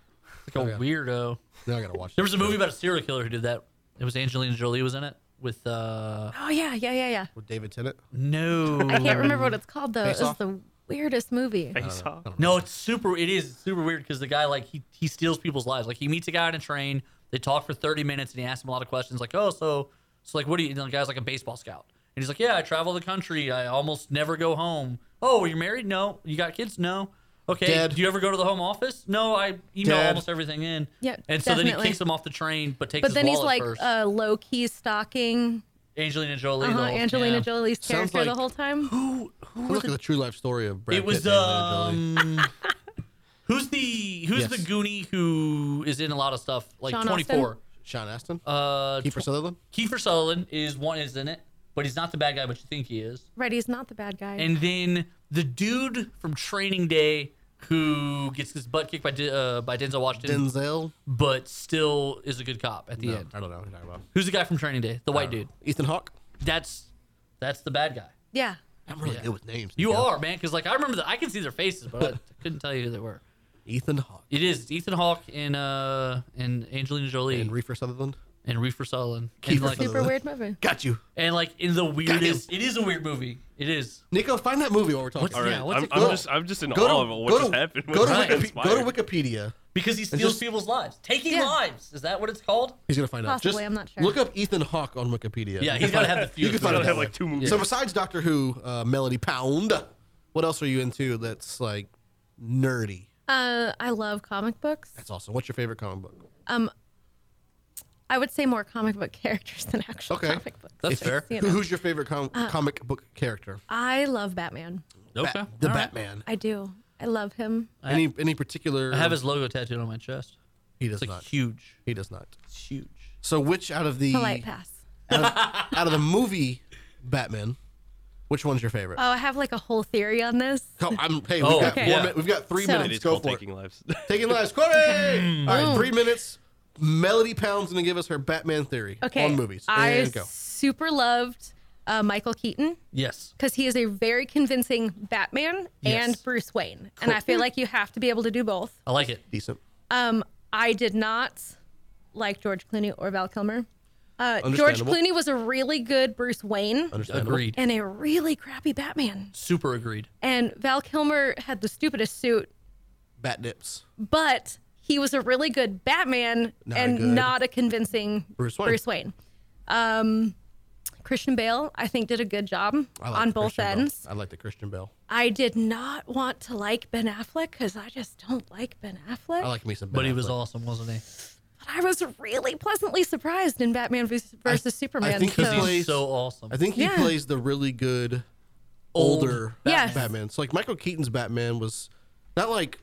like a weirdo. Now I gotta watch There was a movie about a serial killer who did that. It was Angelina Jolie was in it with uh Oh yeah, yeah, yeah, yeah. with David Tennant. no. I can't remember what it's called though. Face It was Off? the weirdest movie. Face off. No, it's super. It is super weird because the guy like he he steals people's lives. Like he meets a guy on a train. They talk for thirty minutes and he asks him a lot of questions. Like, oh, so so like what do you? And the guy's like a baseball scout. And he's like, yeah, I travel the country. I almost never go home. Oh, you're married? No. You got kids? No. Okay. Dead. Do you ever go to the home office? No. I email Dead. almost everything in. Yeah, And so then he definitely. kicks him off the train, but takes. But his then he's wallet like first. uh, low key stalking Angelina Jolie. uh-huh, the whole- Angelina yeah. Jolie's Sounds character like- the whole time. Who who Look at the true life story of Brad It was Pitt and Angelina Jolie. um. who's the who's the Yes. Goonie who is in a lot of stuff like Sean Twenty Four? Sean Astin? Uh, Kiefer Sutherland? Kiefer Sutherland is one, is in it, but he's not the bad guy, but you think he is. Right, he's not the bad guy. And then the dude from Training Day who gets his butt kicked by De- uh, by Denzel Washington, Denzel? but still is a good cop at the No, Oh. end. I don't know what you're talking about. Uh, Who's the guy from Training Day? The white dude. Ethan Hawke? That's that's the bad guy. yeah, I'm really good with names. You Nico. are man, because like I remember that I can see their faces, but I couldn't tell you who they were. Ethan Hawke. It is Ethan Hawke and uh and Angelina Jolie And and, Reefer Sutherland? Reefer Sutherland Kiefer and like, Sutherland. super weird movie. Got you. and like in the weirdest. It is a weird movie. It is. Nico, find that movie while we're talking. What's- All right, Yeah, what's I'm, it I'm called? just I'm just in Go awe to- of Oh, what go just to- happened. Go to, What Right. Wiki- go to transpired. Wikipedia. Because he steals people's lives. Taking Yeah. lives. Is that what it's called? He's gonna find out. Possibly, Just I'm not sure. Look up Ethan Hawke on Wikipedia. Yeah, You can he's gotta find- have the few. You can find Gotta out. have that like way. two movies. So besides Doctor Who, uh, Melody Pound, what else are you into that's like nerdy? Uh, I love comic books. That's awesome. What's your favorite comic book? I would say more comic book characters than actual Okay. comic books. That's If- fair. who- Who's your favorite com- Uh, comic book character? I love Batman. Okay. Bat- the All right. Batman. I do. I love him. Any any particular? I have his logo tattooed on my chest. He does It's like not. huge. He does not. It's huge. So which out of the Polite pass. out of, out of the movie Batman, which one's your favorite? Oh, I have like a whole theory on this. Go- I'm, hey, we've, Oh, got okay. four Yeah. min- we've got three So- It minutes. is Go called for it. Taking Lives. Taking lives. Corey! All right, Mm. three minutes. Melody Pound's gonna give us her Batman theory Okay. on movies. I and go. super loved uh, Michael Keaton Yes. because he is a very convincing Batman Yes. and Bruce Wayne, and I feel like you have to be able to do both. I like it. Decent. Um, I did not like George Clooney or Val Kilmer. Uh, George Understandable. Clooney was a really good Bruce Wayne Understandable. Agreed. and a really crappy Batman. Super agreed. And Val Kilmer had the stupidest suit, Bat nips. but he was a really good Batman Not a and good not a convincing Bruce Wayne. Bruce Wayne. Um, Christian Bale, I think, did a good job I like on the both Christian Bale. ends. I like the Christian Bell. I did not want to like Ben Affleck because I just don't like Ben Affleck. I like me some. Ben But he was Affleck. awesome, wasn't he? but I was really pleasantly surprised in Batman v- versus Superman. think he so- played- He's Please. so awesome. I think he Yeah. plays the really good Old older Yes. Batman. So like Michael Keaton's Batman was not like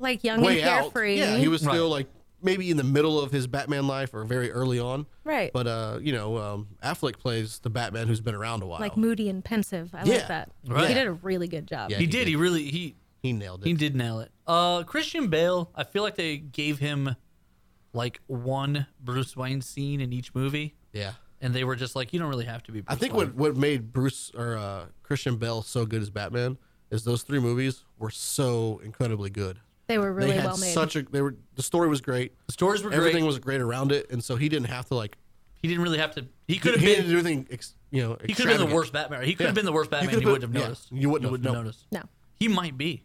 like young way and out. carefree. Yeah, he was still Right. like maybe in the middle of his Batman life or very early on. Right. But uh, you know, um, Affleck plays the Batman who's been around a while. like moody and pensive. I Yeah. like that. Right. He did a really good job. Yeah. he he did. did. He really he he nailed he it. did nail it. Uh, Christian Bale. I feel like they gave him like one Bruce Wayne scene in each movie, Yeah. and they were just like, you don't really have to be. Bruce I think Wayne. what what made Bruce or uh, Christian Bell so good as Batman is those three movies were so incredibly good. They were really they had well made. such a they were the story was great. the stories were Everything great. was great around it, and so he didn't have to like he didn't really have to. He he could have didn't been. do anything. Ex, you know, He could have been the extravagant. worst Batman. He could have Yeah. been the worst You Batman. could've You wouldn't been- have yeah, noticed. you wouldn't have, no. noticed. no. He might be.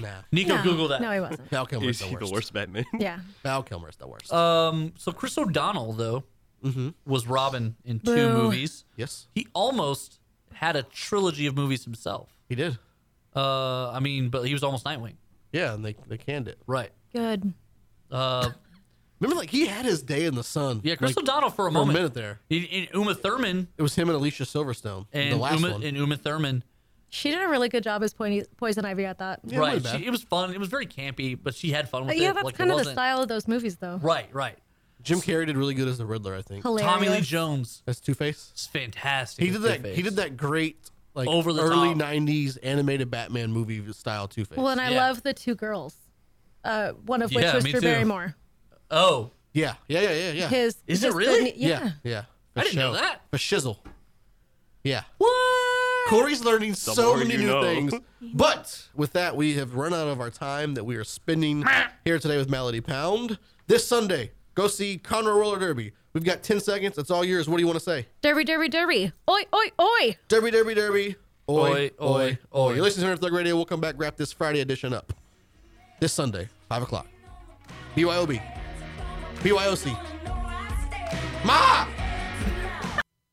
Nah, Nico, no. Google that. No, he wasn't. Val Kilmer's He's the he worst. the worst Batman. Yeah. Val Kilmer's the worst. Um, so Chris O'Donnell though Mm-hmm. was Robin in two Boo. movies. yes, He almost had a trilogy of movies himself. he did. Uh, I mean, but he was almost Nightwing. Yeah, and they they canned it. Right. Good. Uh, Remember, like he had his day in the sun. yeah, Chris like, O'Donnell for a for moment. a minute there. In, in Uma Thurman It was him and Alicia Silverstone. and the last Uma one. and Uma Thurman. She did a really good job as Poiny- Poison Ivy, I thought. Yeah, it right. wasn't bad. She, it was fun. It was very campy, but she had fun with But it. Uh, yeah, that's like, it kind of the wasn't- style of those movies, though. Right. Right. Jim Carrey did really good as the Riddler, I think. Hilarious. Tommy Lee Jones That's Two Face. is fantastic. He did as that. Two-Face. He did that great like Over the early top. '90s animated Batman movie style Two Face. Well, and I Yeah. love the two girls, uh, one of which Yeah, was me Drew too. Barrymore. Oh, yeah, yeah, yeah, yeah, yeah. His Is it his really? good- yeah. yeah. I didn't know Show. that. But shizzle. Yeah. What? Corey's learning so more many you new know. things. But with that, we have run out of our time that we are spending here today with Malady Pound. This Sunday, go see Conroe Roller Derby. We've got 10 seconds. It's all yours. What do you want to say? Derby, derby, derby. Oi, oi, oi. Derby, derby, derby. Oi, Oi, oi, oi. oi, oi. You're listening to Thug Radio. We'll come back, wrap this Friday edition up. This Sunday, 5 o'clock. BYOB. BYOC. Ma!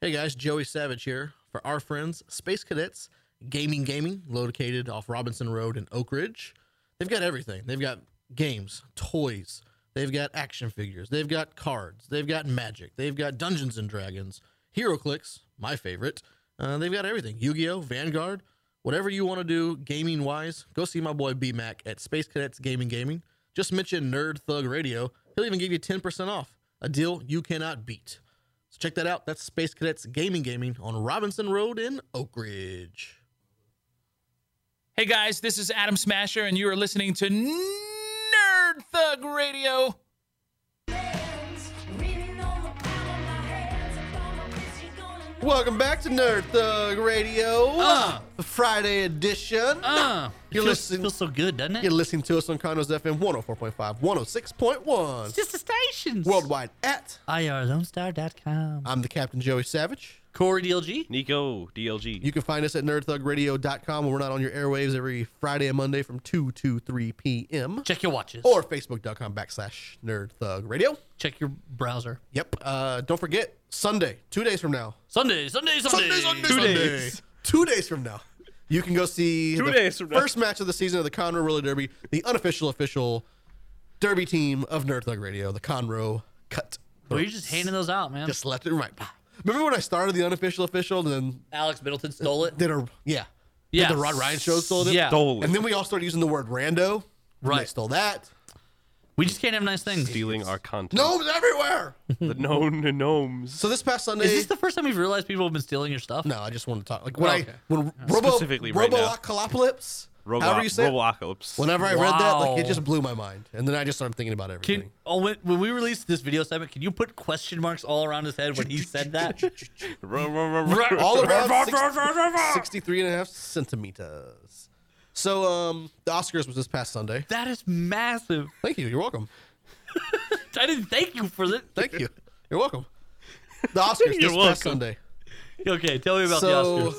Hey guys, Joey Savage here for our friends, Space Cadets Gaming Gaming, located off Robinson Road in Oak Ridge. They've got everything. They've got games, toys, they've got action figures, they've got cards, they've got magic, they've got Dungeons and Dragons, HeroClix, my favorite. Uh, they've got everything Yu Gi Oh!, Vanguard, whatever you want to do gaming wise, go see my boy B Mac at Space Cadets Gaming Gaming. Just mention Nerd Thug Radio, he'll even give you 10% off, a deal you cannot beat. So check that out. That's Space Cadets Gaming Gaming on Robinson Road in Oak Ridge. Hey guys, this is Adam Smasher, and you are listening to Nerd Thug Radio. Welcome back to Nerd Thug Radio, Uh. the Friday edition. Uh, You're it feels, listening- feels so good, doesn't it? You're listening to us on Condos FM 104.5, 106.1, Sister stations. worldwide at. E IRLoneStar.com. I'm the Captain Joey Savage. Corey DLG. Nico DLG. You can find us at nerdthugradio.com when we're not on your airwaves every Friday and Monday from 2 to 3 p.m. Check your watches. Or facebook.com backslash nerdthugradio. check your browser. Yep. Uh, don't forget, Sunday, two days from now, Sunday, Sunday, Sunday. Two Sunday. days. Two days from now. You can go see Two the days from now. first match of the season of the Conroe Roller Derby, the unofficial official derby team of Nerd Thug Radio, the Conroe Cut. Well, you're just handing those out, man. Just left it right. Remember when I started the unofficial official and then Alex Middleton stole it. did a yeah. Did Yeah. the Rod Ryan show sold it? Yeah. Stole And it. then we all started using the word rando. and They Right. stole that. We just can't have nice things. Stealing our content. Gnomes everywhere. The known gnomes. so this past Sunday. Is this the first time we've realized people have been stealing your stuff? no, I just want to talk. Like when I Okay. when Robo Specifically right now. Robocalopolis. Robo- however you say it? Robocalypse. Whenever I read that, like it Wow. just blew my mind, and then I just started thinking about everything. Can, oh, when, when we release this video segment, can you put question marks all around his head when he said that? Ro- ro- ro- ro- All around 60, 63 and a half centimeters. So, um, the Oscars was this past Sunday. that is massive. Thank you. You're welcome. I didn't thank you for this. Thank you. You're welcome. The Oscars this You're past welcome. Sunday. Okay, tell me about the So,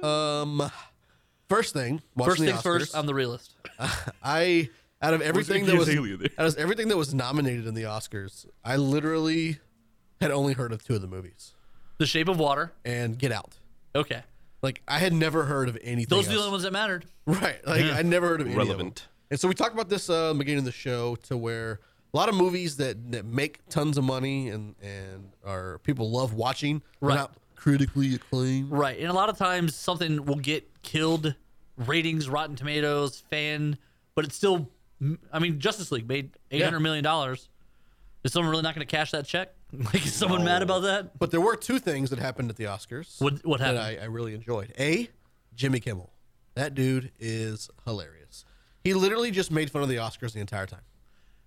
Oscars. um, first thing, watching First the things Oscars, first, I'm the realist. I out of everything that Iggy was Azalea there? out of everything that was nominated in the Oscars, I literally had only heard of two of the movies. The Shape of Water. and Get Out. Okay. Like I had never heard of anything. Those are the else. only ones that mattered. Right. Like I never heard of any of them. Relevant. And so we talked about this uh, in the beginning of the show to where a lot of movies that, that make tons of money and and are people love watching are Right. not critically acclaimed. Right. And a lot of times something will get killed ratings, Rotten Tomatoes, fan, but it's still, I mean, Justice League made eight hundred million dollars Is someone really not going to cash that check? Like, is someone mad about that? But there were two things that happened at the Oscars What, what that happened? I, I really enjoyed. A, Jimmy Kimmel. That dude is hilarious. He literally just made fun of the Oscars the entire time.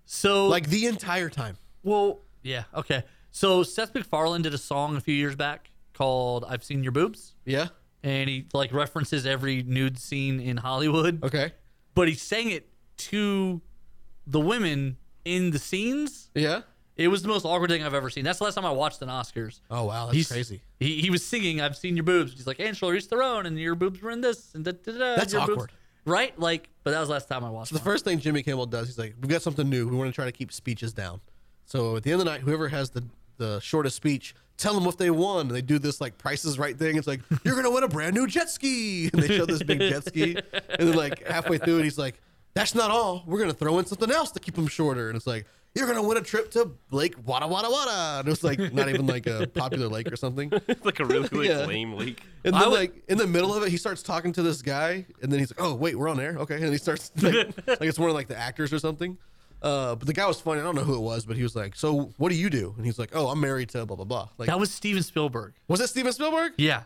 so, Like the entire time. well, yeah, okay. So, Seth MacFarlane did a song a few years back called I've Seen Your Boobs, Yeah. and he, like, references every nude scene in Hollywood. Okay. But he sang it to the women in the scenes. Yeah. It was the most awkward thing I've ever seen. That's the last time I watched an Oscars. Oh wow, that's He's- crazy. He, he was singing, I've seen your boobs. He's like, Angela, reach their own, and your boobs were in this. And da, da, da, That's your boobs- awkward. Right? Like, but that was the last time I watched So the one. first thing Jimmy Kimmel does, he's like, "We've got something new. We want to try to keep speeches down." So at the end of the night, whoever has the the shortest speech, tell them what they won. And they do this like prices right thing. It's like, "You're gonna win a brand new jet ski," and they show this big jet ski. And then like halfway through it, he's like, "That's not all. We're gonna throw in something else to keep them shorter." And it's like. You're gonna win a trip to Lake Wada Wada Wada, and it was like not even like a popular lake or something. It's like a really, really Yeah. lame leak. And I then, would- like in the middle of it, he starts talking to this guy, and then he's like, "Oh, wait, we're on air, okay." And he starts like, like it's one of like the actors or something. Uh, but the guy was funny. I don't know who it was, but he was like, "So what do you do?" And he's like, "Oh, I'm married to blah blah blah." Like, that was Steven Spielberg. was it Steven Spielberg? Yeah.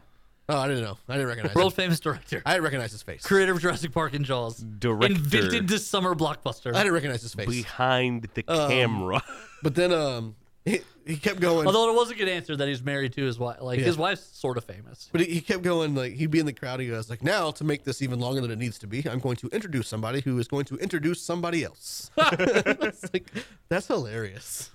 Oh, I didn't know. I didn't recognize. him. World famous director. I didn't recognize his face. Creator of Jurassic Park and Jaws. Director. Invented this summer blockbuster. I didn't recognize his face. Behind the Um, camera. But then um, he, he kept going. Although it was a good answer that he's married to his wife. Like, his wife's sort of famous. But he, he kept going, like, he'd be in the crowd. He goes, like, now to make this even longer than it needs to be, I'm going to introduce somebody who is going to introduce somebody else. it's like, that's hilarious.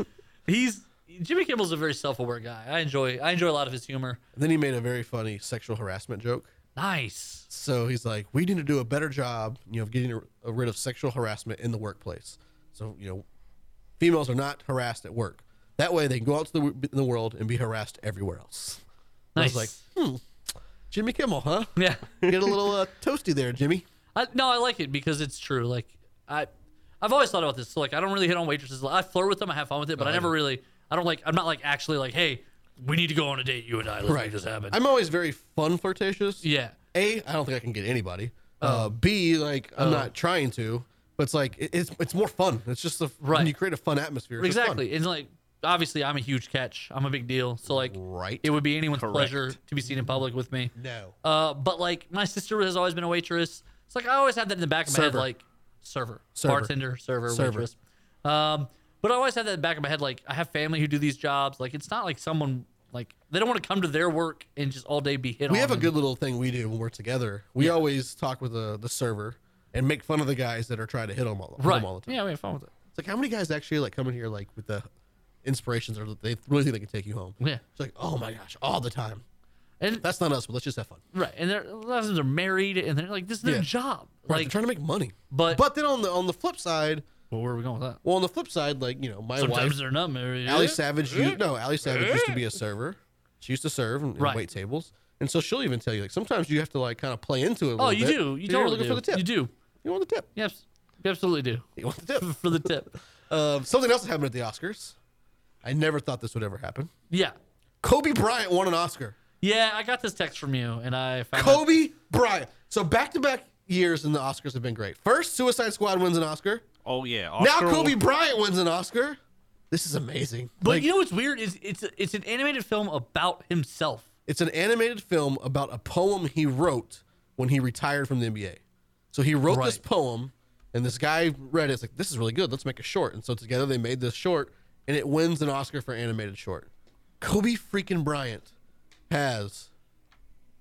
He's. Jimmy Kimmel's a very self-aware guy. I enjoy I enjoy a lot of his humor. And then he made a very funny sexual harassment joke. Nice. So he's like, "We need to do a better job, you know, of getting r- rid of sexual harassment in the workplace. So you know, females are not harassed at work. That way, they can go out to the, w- in the world and be harassed everywhere else." I Nice. was like, "Hmm, Jimmy Kimmel, huh? yeah. Get a little uh, toasty there, Jimmy." I, no, I like it because it's true. Like I, I've always thought about this. So like I don't really hit on waitresses. Like, I flirt with them. I have fun with it, but I never really. I don't like. I'm not like actually like, hey, we need to go on a date, you and I. Let's make this happen. I'm always very fun flirtatious. yeah. Oh. A, I don't think I can get anybody. Uh, B, like I'm not trying to, but it's like it, it's it's more fun. It's just the Right. when you create a fun atmosphere. It's just fun. Exactly. It's like obviously I'm a huge catch. I'm a big deal. So like Right. it would be anyone's pleasure to be seen in public with me. No. Uh, but like my sister has always been a waitress. It's like I always had that in the back of my head, Server. like server, Server. bartender, server, Server. waitress. Um, but I always had that in the back of my head, like I have family who do these jobs. Like it's not like someone like they don't want to come to their work and just all day be hit. We on have a and- good little thing we do when we're together. We always talk with the, the server and make fun of the guys that are trying to hit them all, hit 'em right. all the time. Yeah, we have fun with it. It's like how many guys actually like come in here like with the inspirations or they really think they can take you home. Yeah. It's like oh my gosh, all the time. And That's not us, but let's just have fun. right, and they're a lot of them are married, and they're like this is their Yeah. job. Right, Like, they're trying to make money. but But then on the on the flip side, well, where are we going with that? well on the flip side, like you know my Sometimes wife, they're not married. Ali Savage, you, no, Ali Savage used to be a server. She used to serve and, and Right. wait tables, and so she'll even tell you like sometimes you have to like kind of play into it. A Oh, little you bit. do. You So you're totally looking do. for the tip. You do. You want the tip. Yep, you absolutely do. You want the tip. for the tip. Uh, something else that happened at the Oscars. I never thought this would ever happen. Yeah. Kobe Bryant won an Oscar. Yeah, I got this text from you, and I found out- Kobe Bryant. So back to back years in the Oscars have been great. First, Suicide Squad wins an Oscar. Oh, yeah. Now Oscar- Kobe Bryant wins an Oscar. This is amazing. But Like, you know what's weird is it's it's an animated film about himself. it's an animated film about a poem he wrote when he retired from the NBA. So he wrote this Right. poem, and this guy read it. It's like this is really good. Let's make a short. And so together they made this short, and it wins an Oscar for animated short. Kobe freaking Bryant has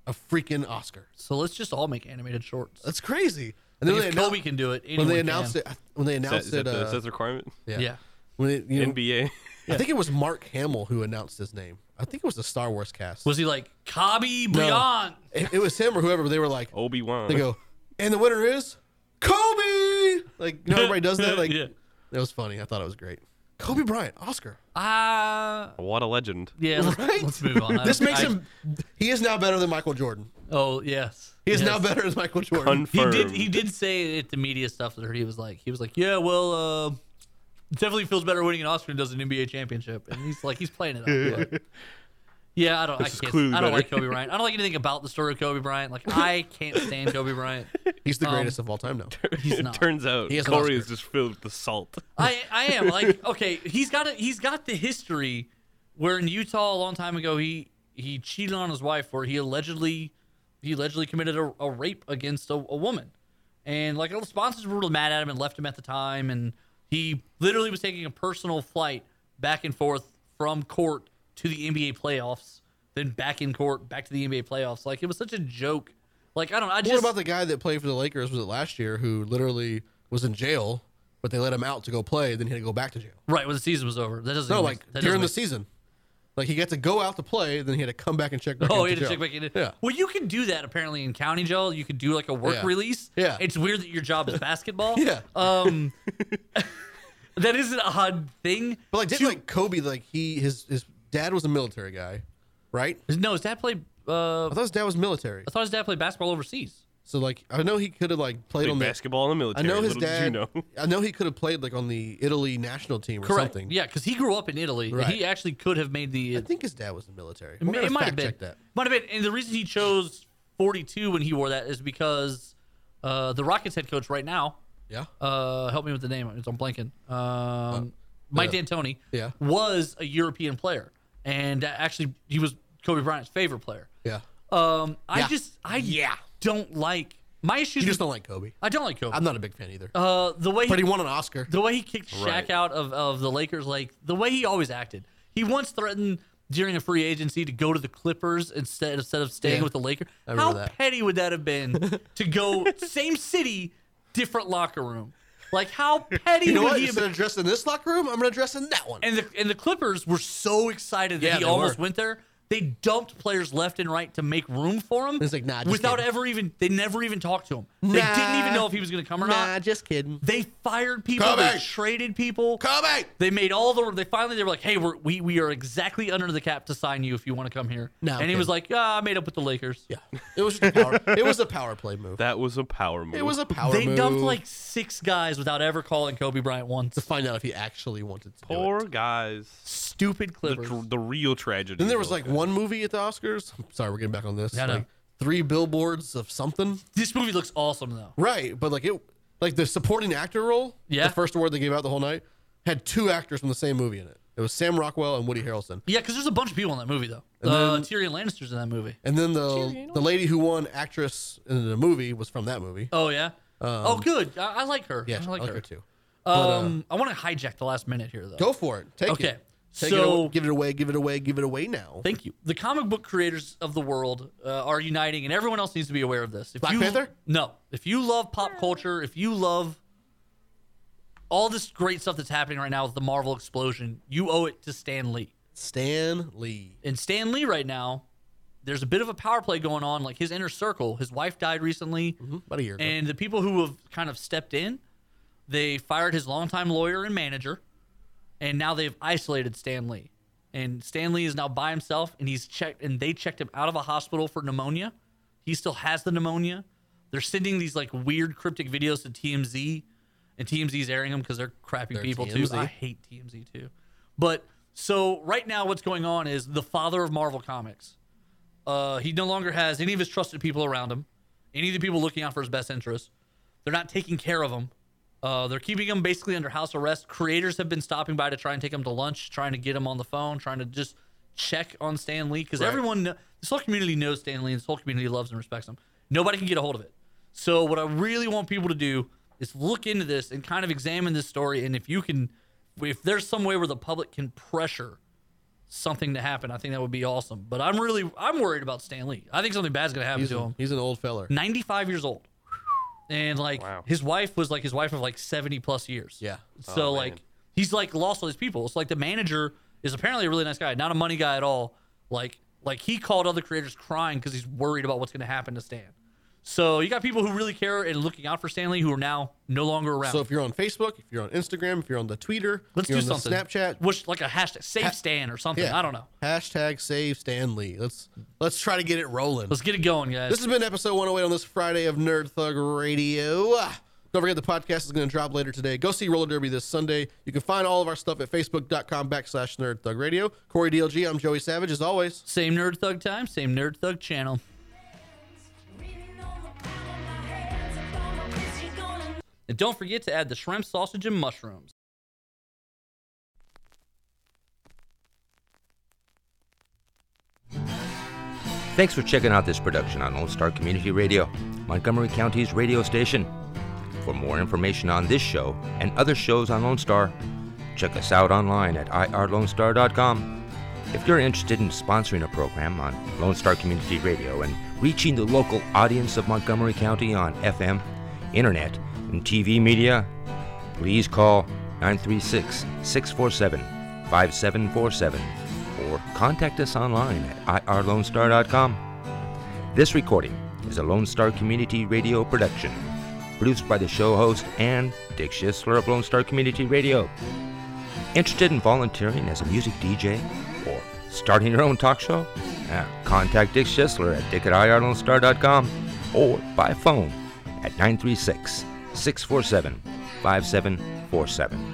a freaking Oscar. So let's just all make animated shorts. That's crazy. And Like, then if annou- Kobe can do it, when anyone they announced can. it. When they Is that, announced is that it, the, uh, is that the requirement? yeah. Yeah. When it, you know, NBA. I think it was Mark Hamill who announced his name. I think it was the Star Wars cast. Was he like Kobe No. Bryant? It, it was him or whoever. But they were like, Obi Wan. They go, and the winner is Kobe. Like, you know, everybody does that. Like, Yeah. it was funny. I thought it was great. Kobe Bryant, Oscar. Ah, What a legend. yeah. Let's, let's move on. I This don't- makes I- him. He is now better than Michael Jordan. Oh yes, He is yes. now better than Michael Jordan. He Confirmed. did. He did say at the media stuff that he was like, he was like, yeah, well, uh, definitely feels better winning an Oscar than does an NBA championship, and he's like, he's playing it up. but- Yeah, I don't. I is can't. clearly I don't better. like Kobe Bryant. I don't like anything about the story of Kobe Bryant. Like I can't stand Kobe Bryant. He's the Um, greatest of all time now. He's not. Turns out He has an Corey Oscar. is just filled with the salt. I I am like okay. He's got a, He's got the history where in Utah a long time ago he he cheated on his wife where he allegedly he allegedly committed a, a rape against a, a woman, and like all the sponsors were really mad at him and left him at the time, and he literally was taking a personal flight back and forth from court to the NBA playoffs, then back in court back to the NBA playoffs. Like it was such a joke. Like I don't. I just what about the guy that played for the Lakers? Was it last year who literally was in jail, but they let him out to go play, then he had to go back to jail? right when the season was over. That doesn't No, even like make- that doesn't during the make- season. Like he got to go out to play, then he had to come back and check back. Oh, into yeah, to jail. check back in. Yeah. Well, you can do that apparently in county jail. You could do like a work Yeah. release. Yeah. It's weird that your job is basketball. Yeah. Um, that is an odd thing. But like, didn't like Kobe? Like he his his dad was a military guy, right? No, his dad played. Uh, I thought his dad was military. I thought his dad played basketball overseas. So like, I know he could have like played on Played the. basketball in the I military. know his Little did dad. you know. I know he could have played like on the Italy national team or something. Yeah, because he grew up in Italy. and Right. he actually could have made the. I think his dad was in the military. It We're ma- gonna it might have fact been. check that. Might have been. And the reason he chose 42 when he wore that is because uh, the Rockets head coach right now, Yeah. uh, help me with the name. it's- I'm blanking. Um, Mike yeah. D'Antoni Yeah. was a European player, and that actually he was Kobe Bryant's favorite player. Yeah. Um, I Yeah. just I yeah don't like my issues. You just with- don't like Kobe. I don't like Kobe. I'm not a big fan either. uh, the way but he he, won an Oscar. the way he kicked Shaq Right. out of, of the Lakers, like the way he always acted. He once threatened during a free agency to go to the Clippers instead instead of staying Yeah. with the Lakers. How remember that. petty would that have been to go same city, different locker room? Like how petty You know would what? he have Instead been? of dressed in this locker room, I'm gonna dress in that one. And the and the Clippers were so excited that Yeah, he they almost were. went there. They dumped players left and right to make room for him. It's like, nah, just without kidding. ever even they never even talked to him. They didn't Nah. even know if he was going to come or not. just kidding. They fired people. They Kobe. traded people. Kobe. They made all the. They finally they were like, "Hey, we're, we we are exactly under the cap to sign you if you want to come here." No, and I'm he kidding. was like, "Ah, I made up with the Lakers." Yeah, it was just a power, it was a power play move. That was a power move. it was a power they move. dumped like six guys without ever calling Kobe Bryant once. to find out if he actually wanted to. do it. poor guys. Stupid The, Clippers. tr- the real tragedy. Then there of was those like guys. one movie at the Oscars. I'm sorry, we're getting back on this. Yeah, I know. like three billboards of something. this movie looks awesome though. Right, but like it, like the supporting actor role. Yeah. the first award they gave out the whole night had two actors from the same movie in it. It was Sam Rockwell and Woody Harrelson. Yeah, because there's a bunch of people in that movie though. uh, Tyrion Lannister's in that movie. And then the the lady who won actress in the movie was from that movie. Oh yeah. oh good. I, I like her. Um, yeah, I like, her. too. Um, I want to hijack the last minute here though. Go for it. Take Okay, it. Take so- it away, give it away. Give it away. Give it away now. Thank you. The comic book creators of the world uh, are uniting, and everyone else needs to be aware of this. If Black you, Panther? No. If you love pop culture, if you love all this great stuff that's happening right now with the Marvel explosion, you owe it to Stan Lee. Stan Lee. And Stan Lee, right now, there's a bit of a power play going on. Like his inner circle, his wife died recently, About a year ago. and the people who have kind of stepped in, they fired his longtime lawyer and manager, and now they've isolated Stan Lee. And Stan Lee is now by himself, and he's checked, and they checked him out of a hospital for pneumonia. He still has the pneumonia. They're sending these like weird cryptic videos to TMZ, and TMZ's airing them because they're crappy people too. TMZ. I hate TMZ too. But so right now, what's going on is the father of Marvel Comics. Uh, he no longer has any of his trusted people around him, any of the people looking out for his best interests. They're not taking care of him. Uh, they're keeping him basically under house arrest. Creators have been stopping by to try and take him to lunch, trying to get him on the phone, trying to just check on Stan Lee because everyone, kn- this whole community knows Stan Lee, and this whole community loves and respects him. Nobody can get a hold of it. So what I really want people to do is look into this and kind of examine this story, and if you can, if there's some way where the public can pressure something to happen, I think that would be awesome. But I'm really, I'm worried about Stan Lee. I think something bad's gonna happen he's, to him. a- he's an old feller. 95 years old and like Wow. his wife was like his wife of like 70 plus years Yeah. so Oh, man. like he's like lost all his people it's like the manager is apparently a really nice guy not a money guy at all like like he called other creators crying because he's worried about what's going to happen to stan So you got people who really care and looking out for Stanley who are now no longer around. So if you're on Facebook, if you're on Instagram, if you're on the Twitter, Let's you're do on the something. Snapchat. Which like a hashtag save Stan or something. Yeah. I don't know. Hashtag save Stanley. Let's let's try to get it rolling. Let's get it going, guys. This has been episode 108 on this Friday of Nerd Thug Radio. Ah, Don't forget the podcast is going to drop later today. Go see Roller Derby this Sunday. You can find all of our stuff at facebook.com backslash nerd thug radio. Corey DLG, I'm Joey Savage as always. same nerd thug time, same nerd thug channel. And don't forget to add the shrimp, sausage, and mushrooms. Thanks for checking out this production on Lone Star Community Radio, Montgomery County's radio station. For more information on this show and other shows on Lone Star, check us out online at irlonestar.com. If you're interested in sponsoring a program on Lone Star Community Radio and reaching the local audience of Montgomery County on FM, internet, and TV media, please call 936 647 5747 or contact us online at irlonestar.com. This recording is a Lone Star Community Radio production, produced by the show host and Dick Schisler of Lone Star Community Radio. Interested in volunteering as a music DJ or starting your own talk show? Yeah, contact Dick Schisler at dick at irlonestar.com or by phone at 936 647 5747.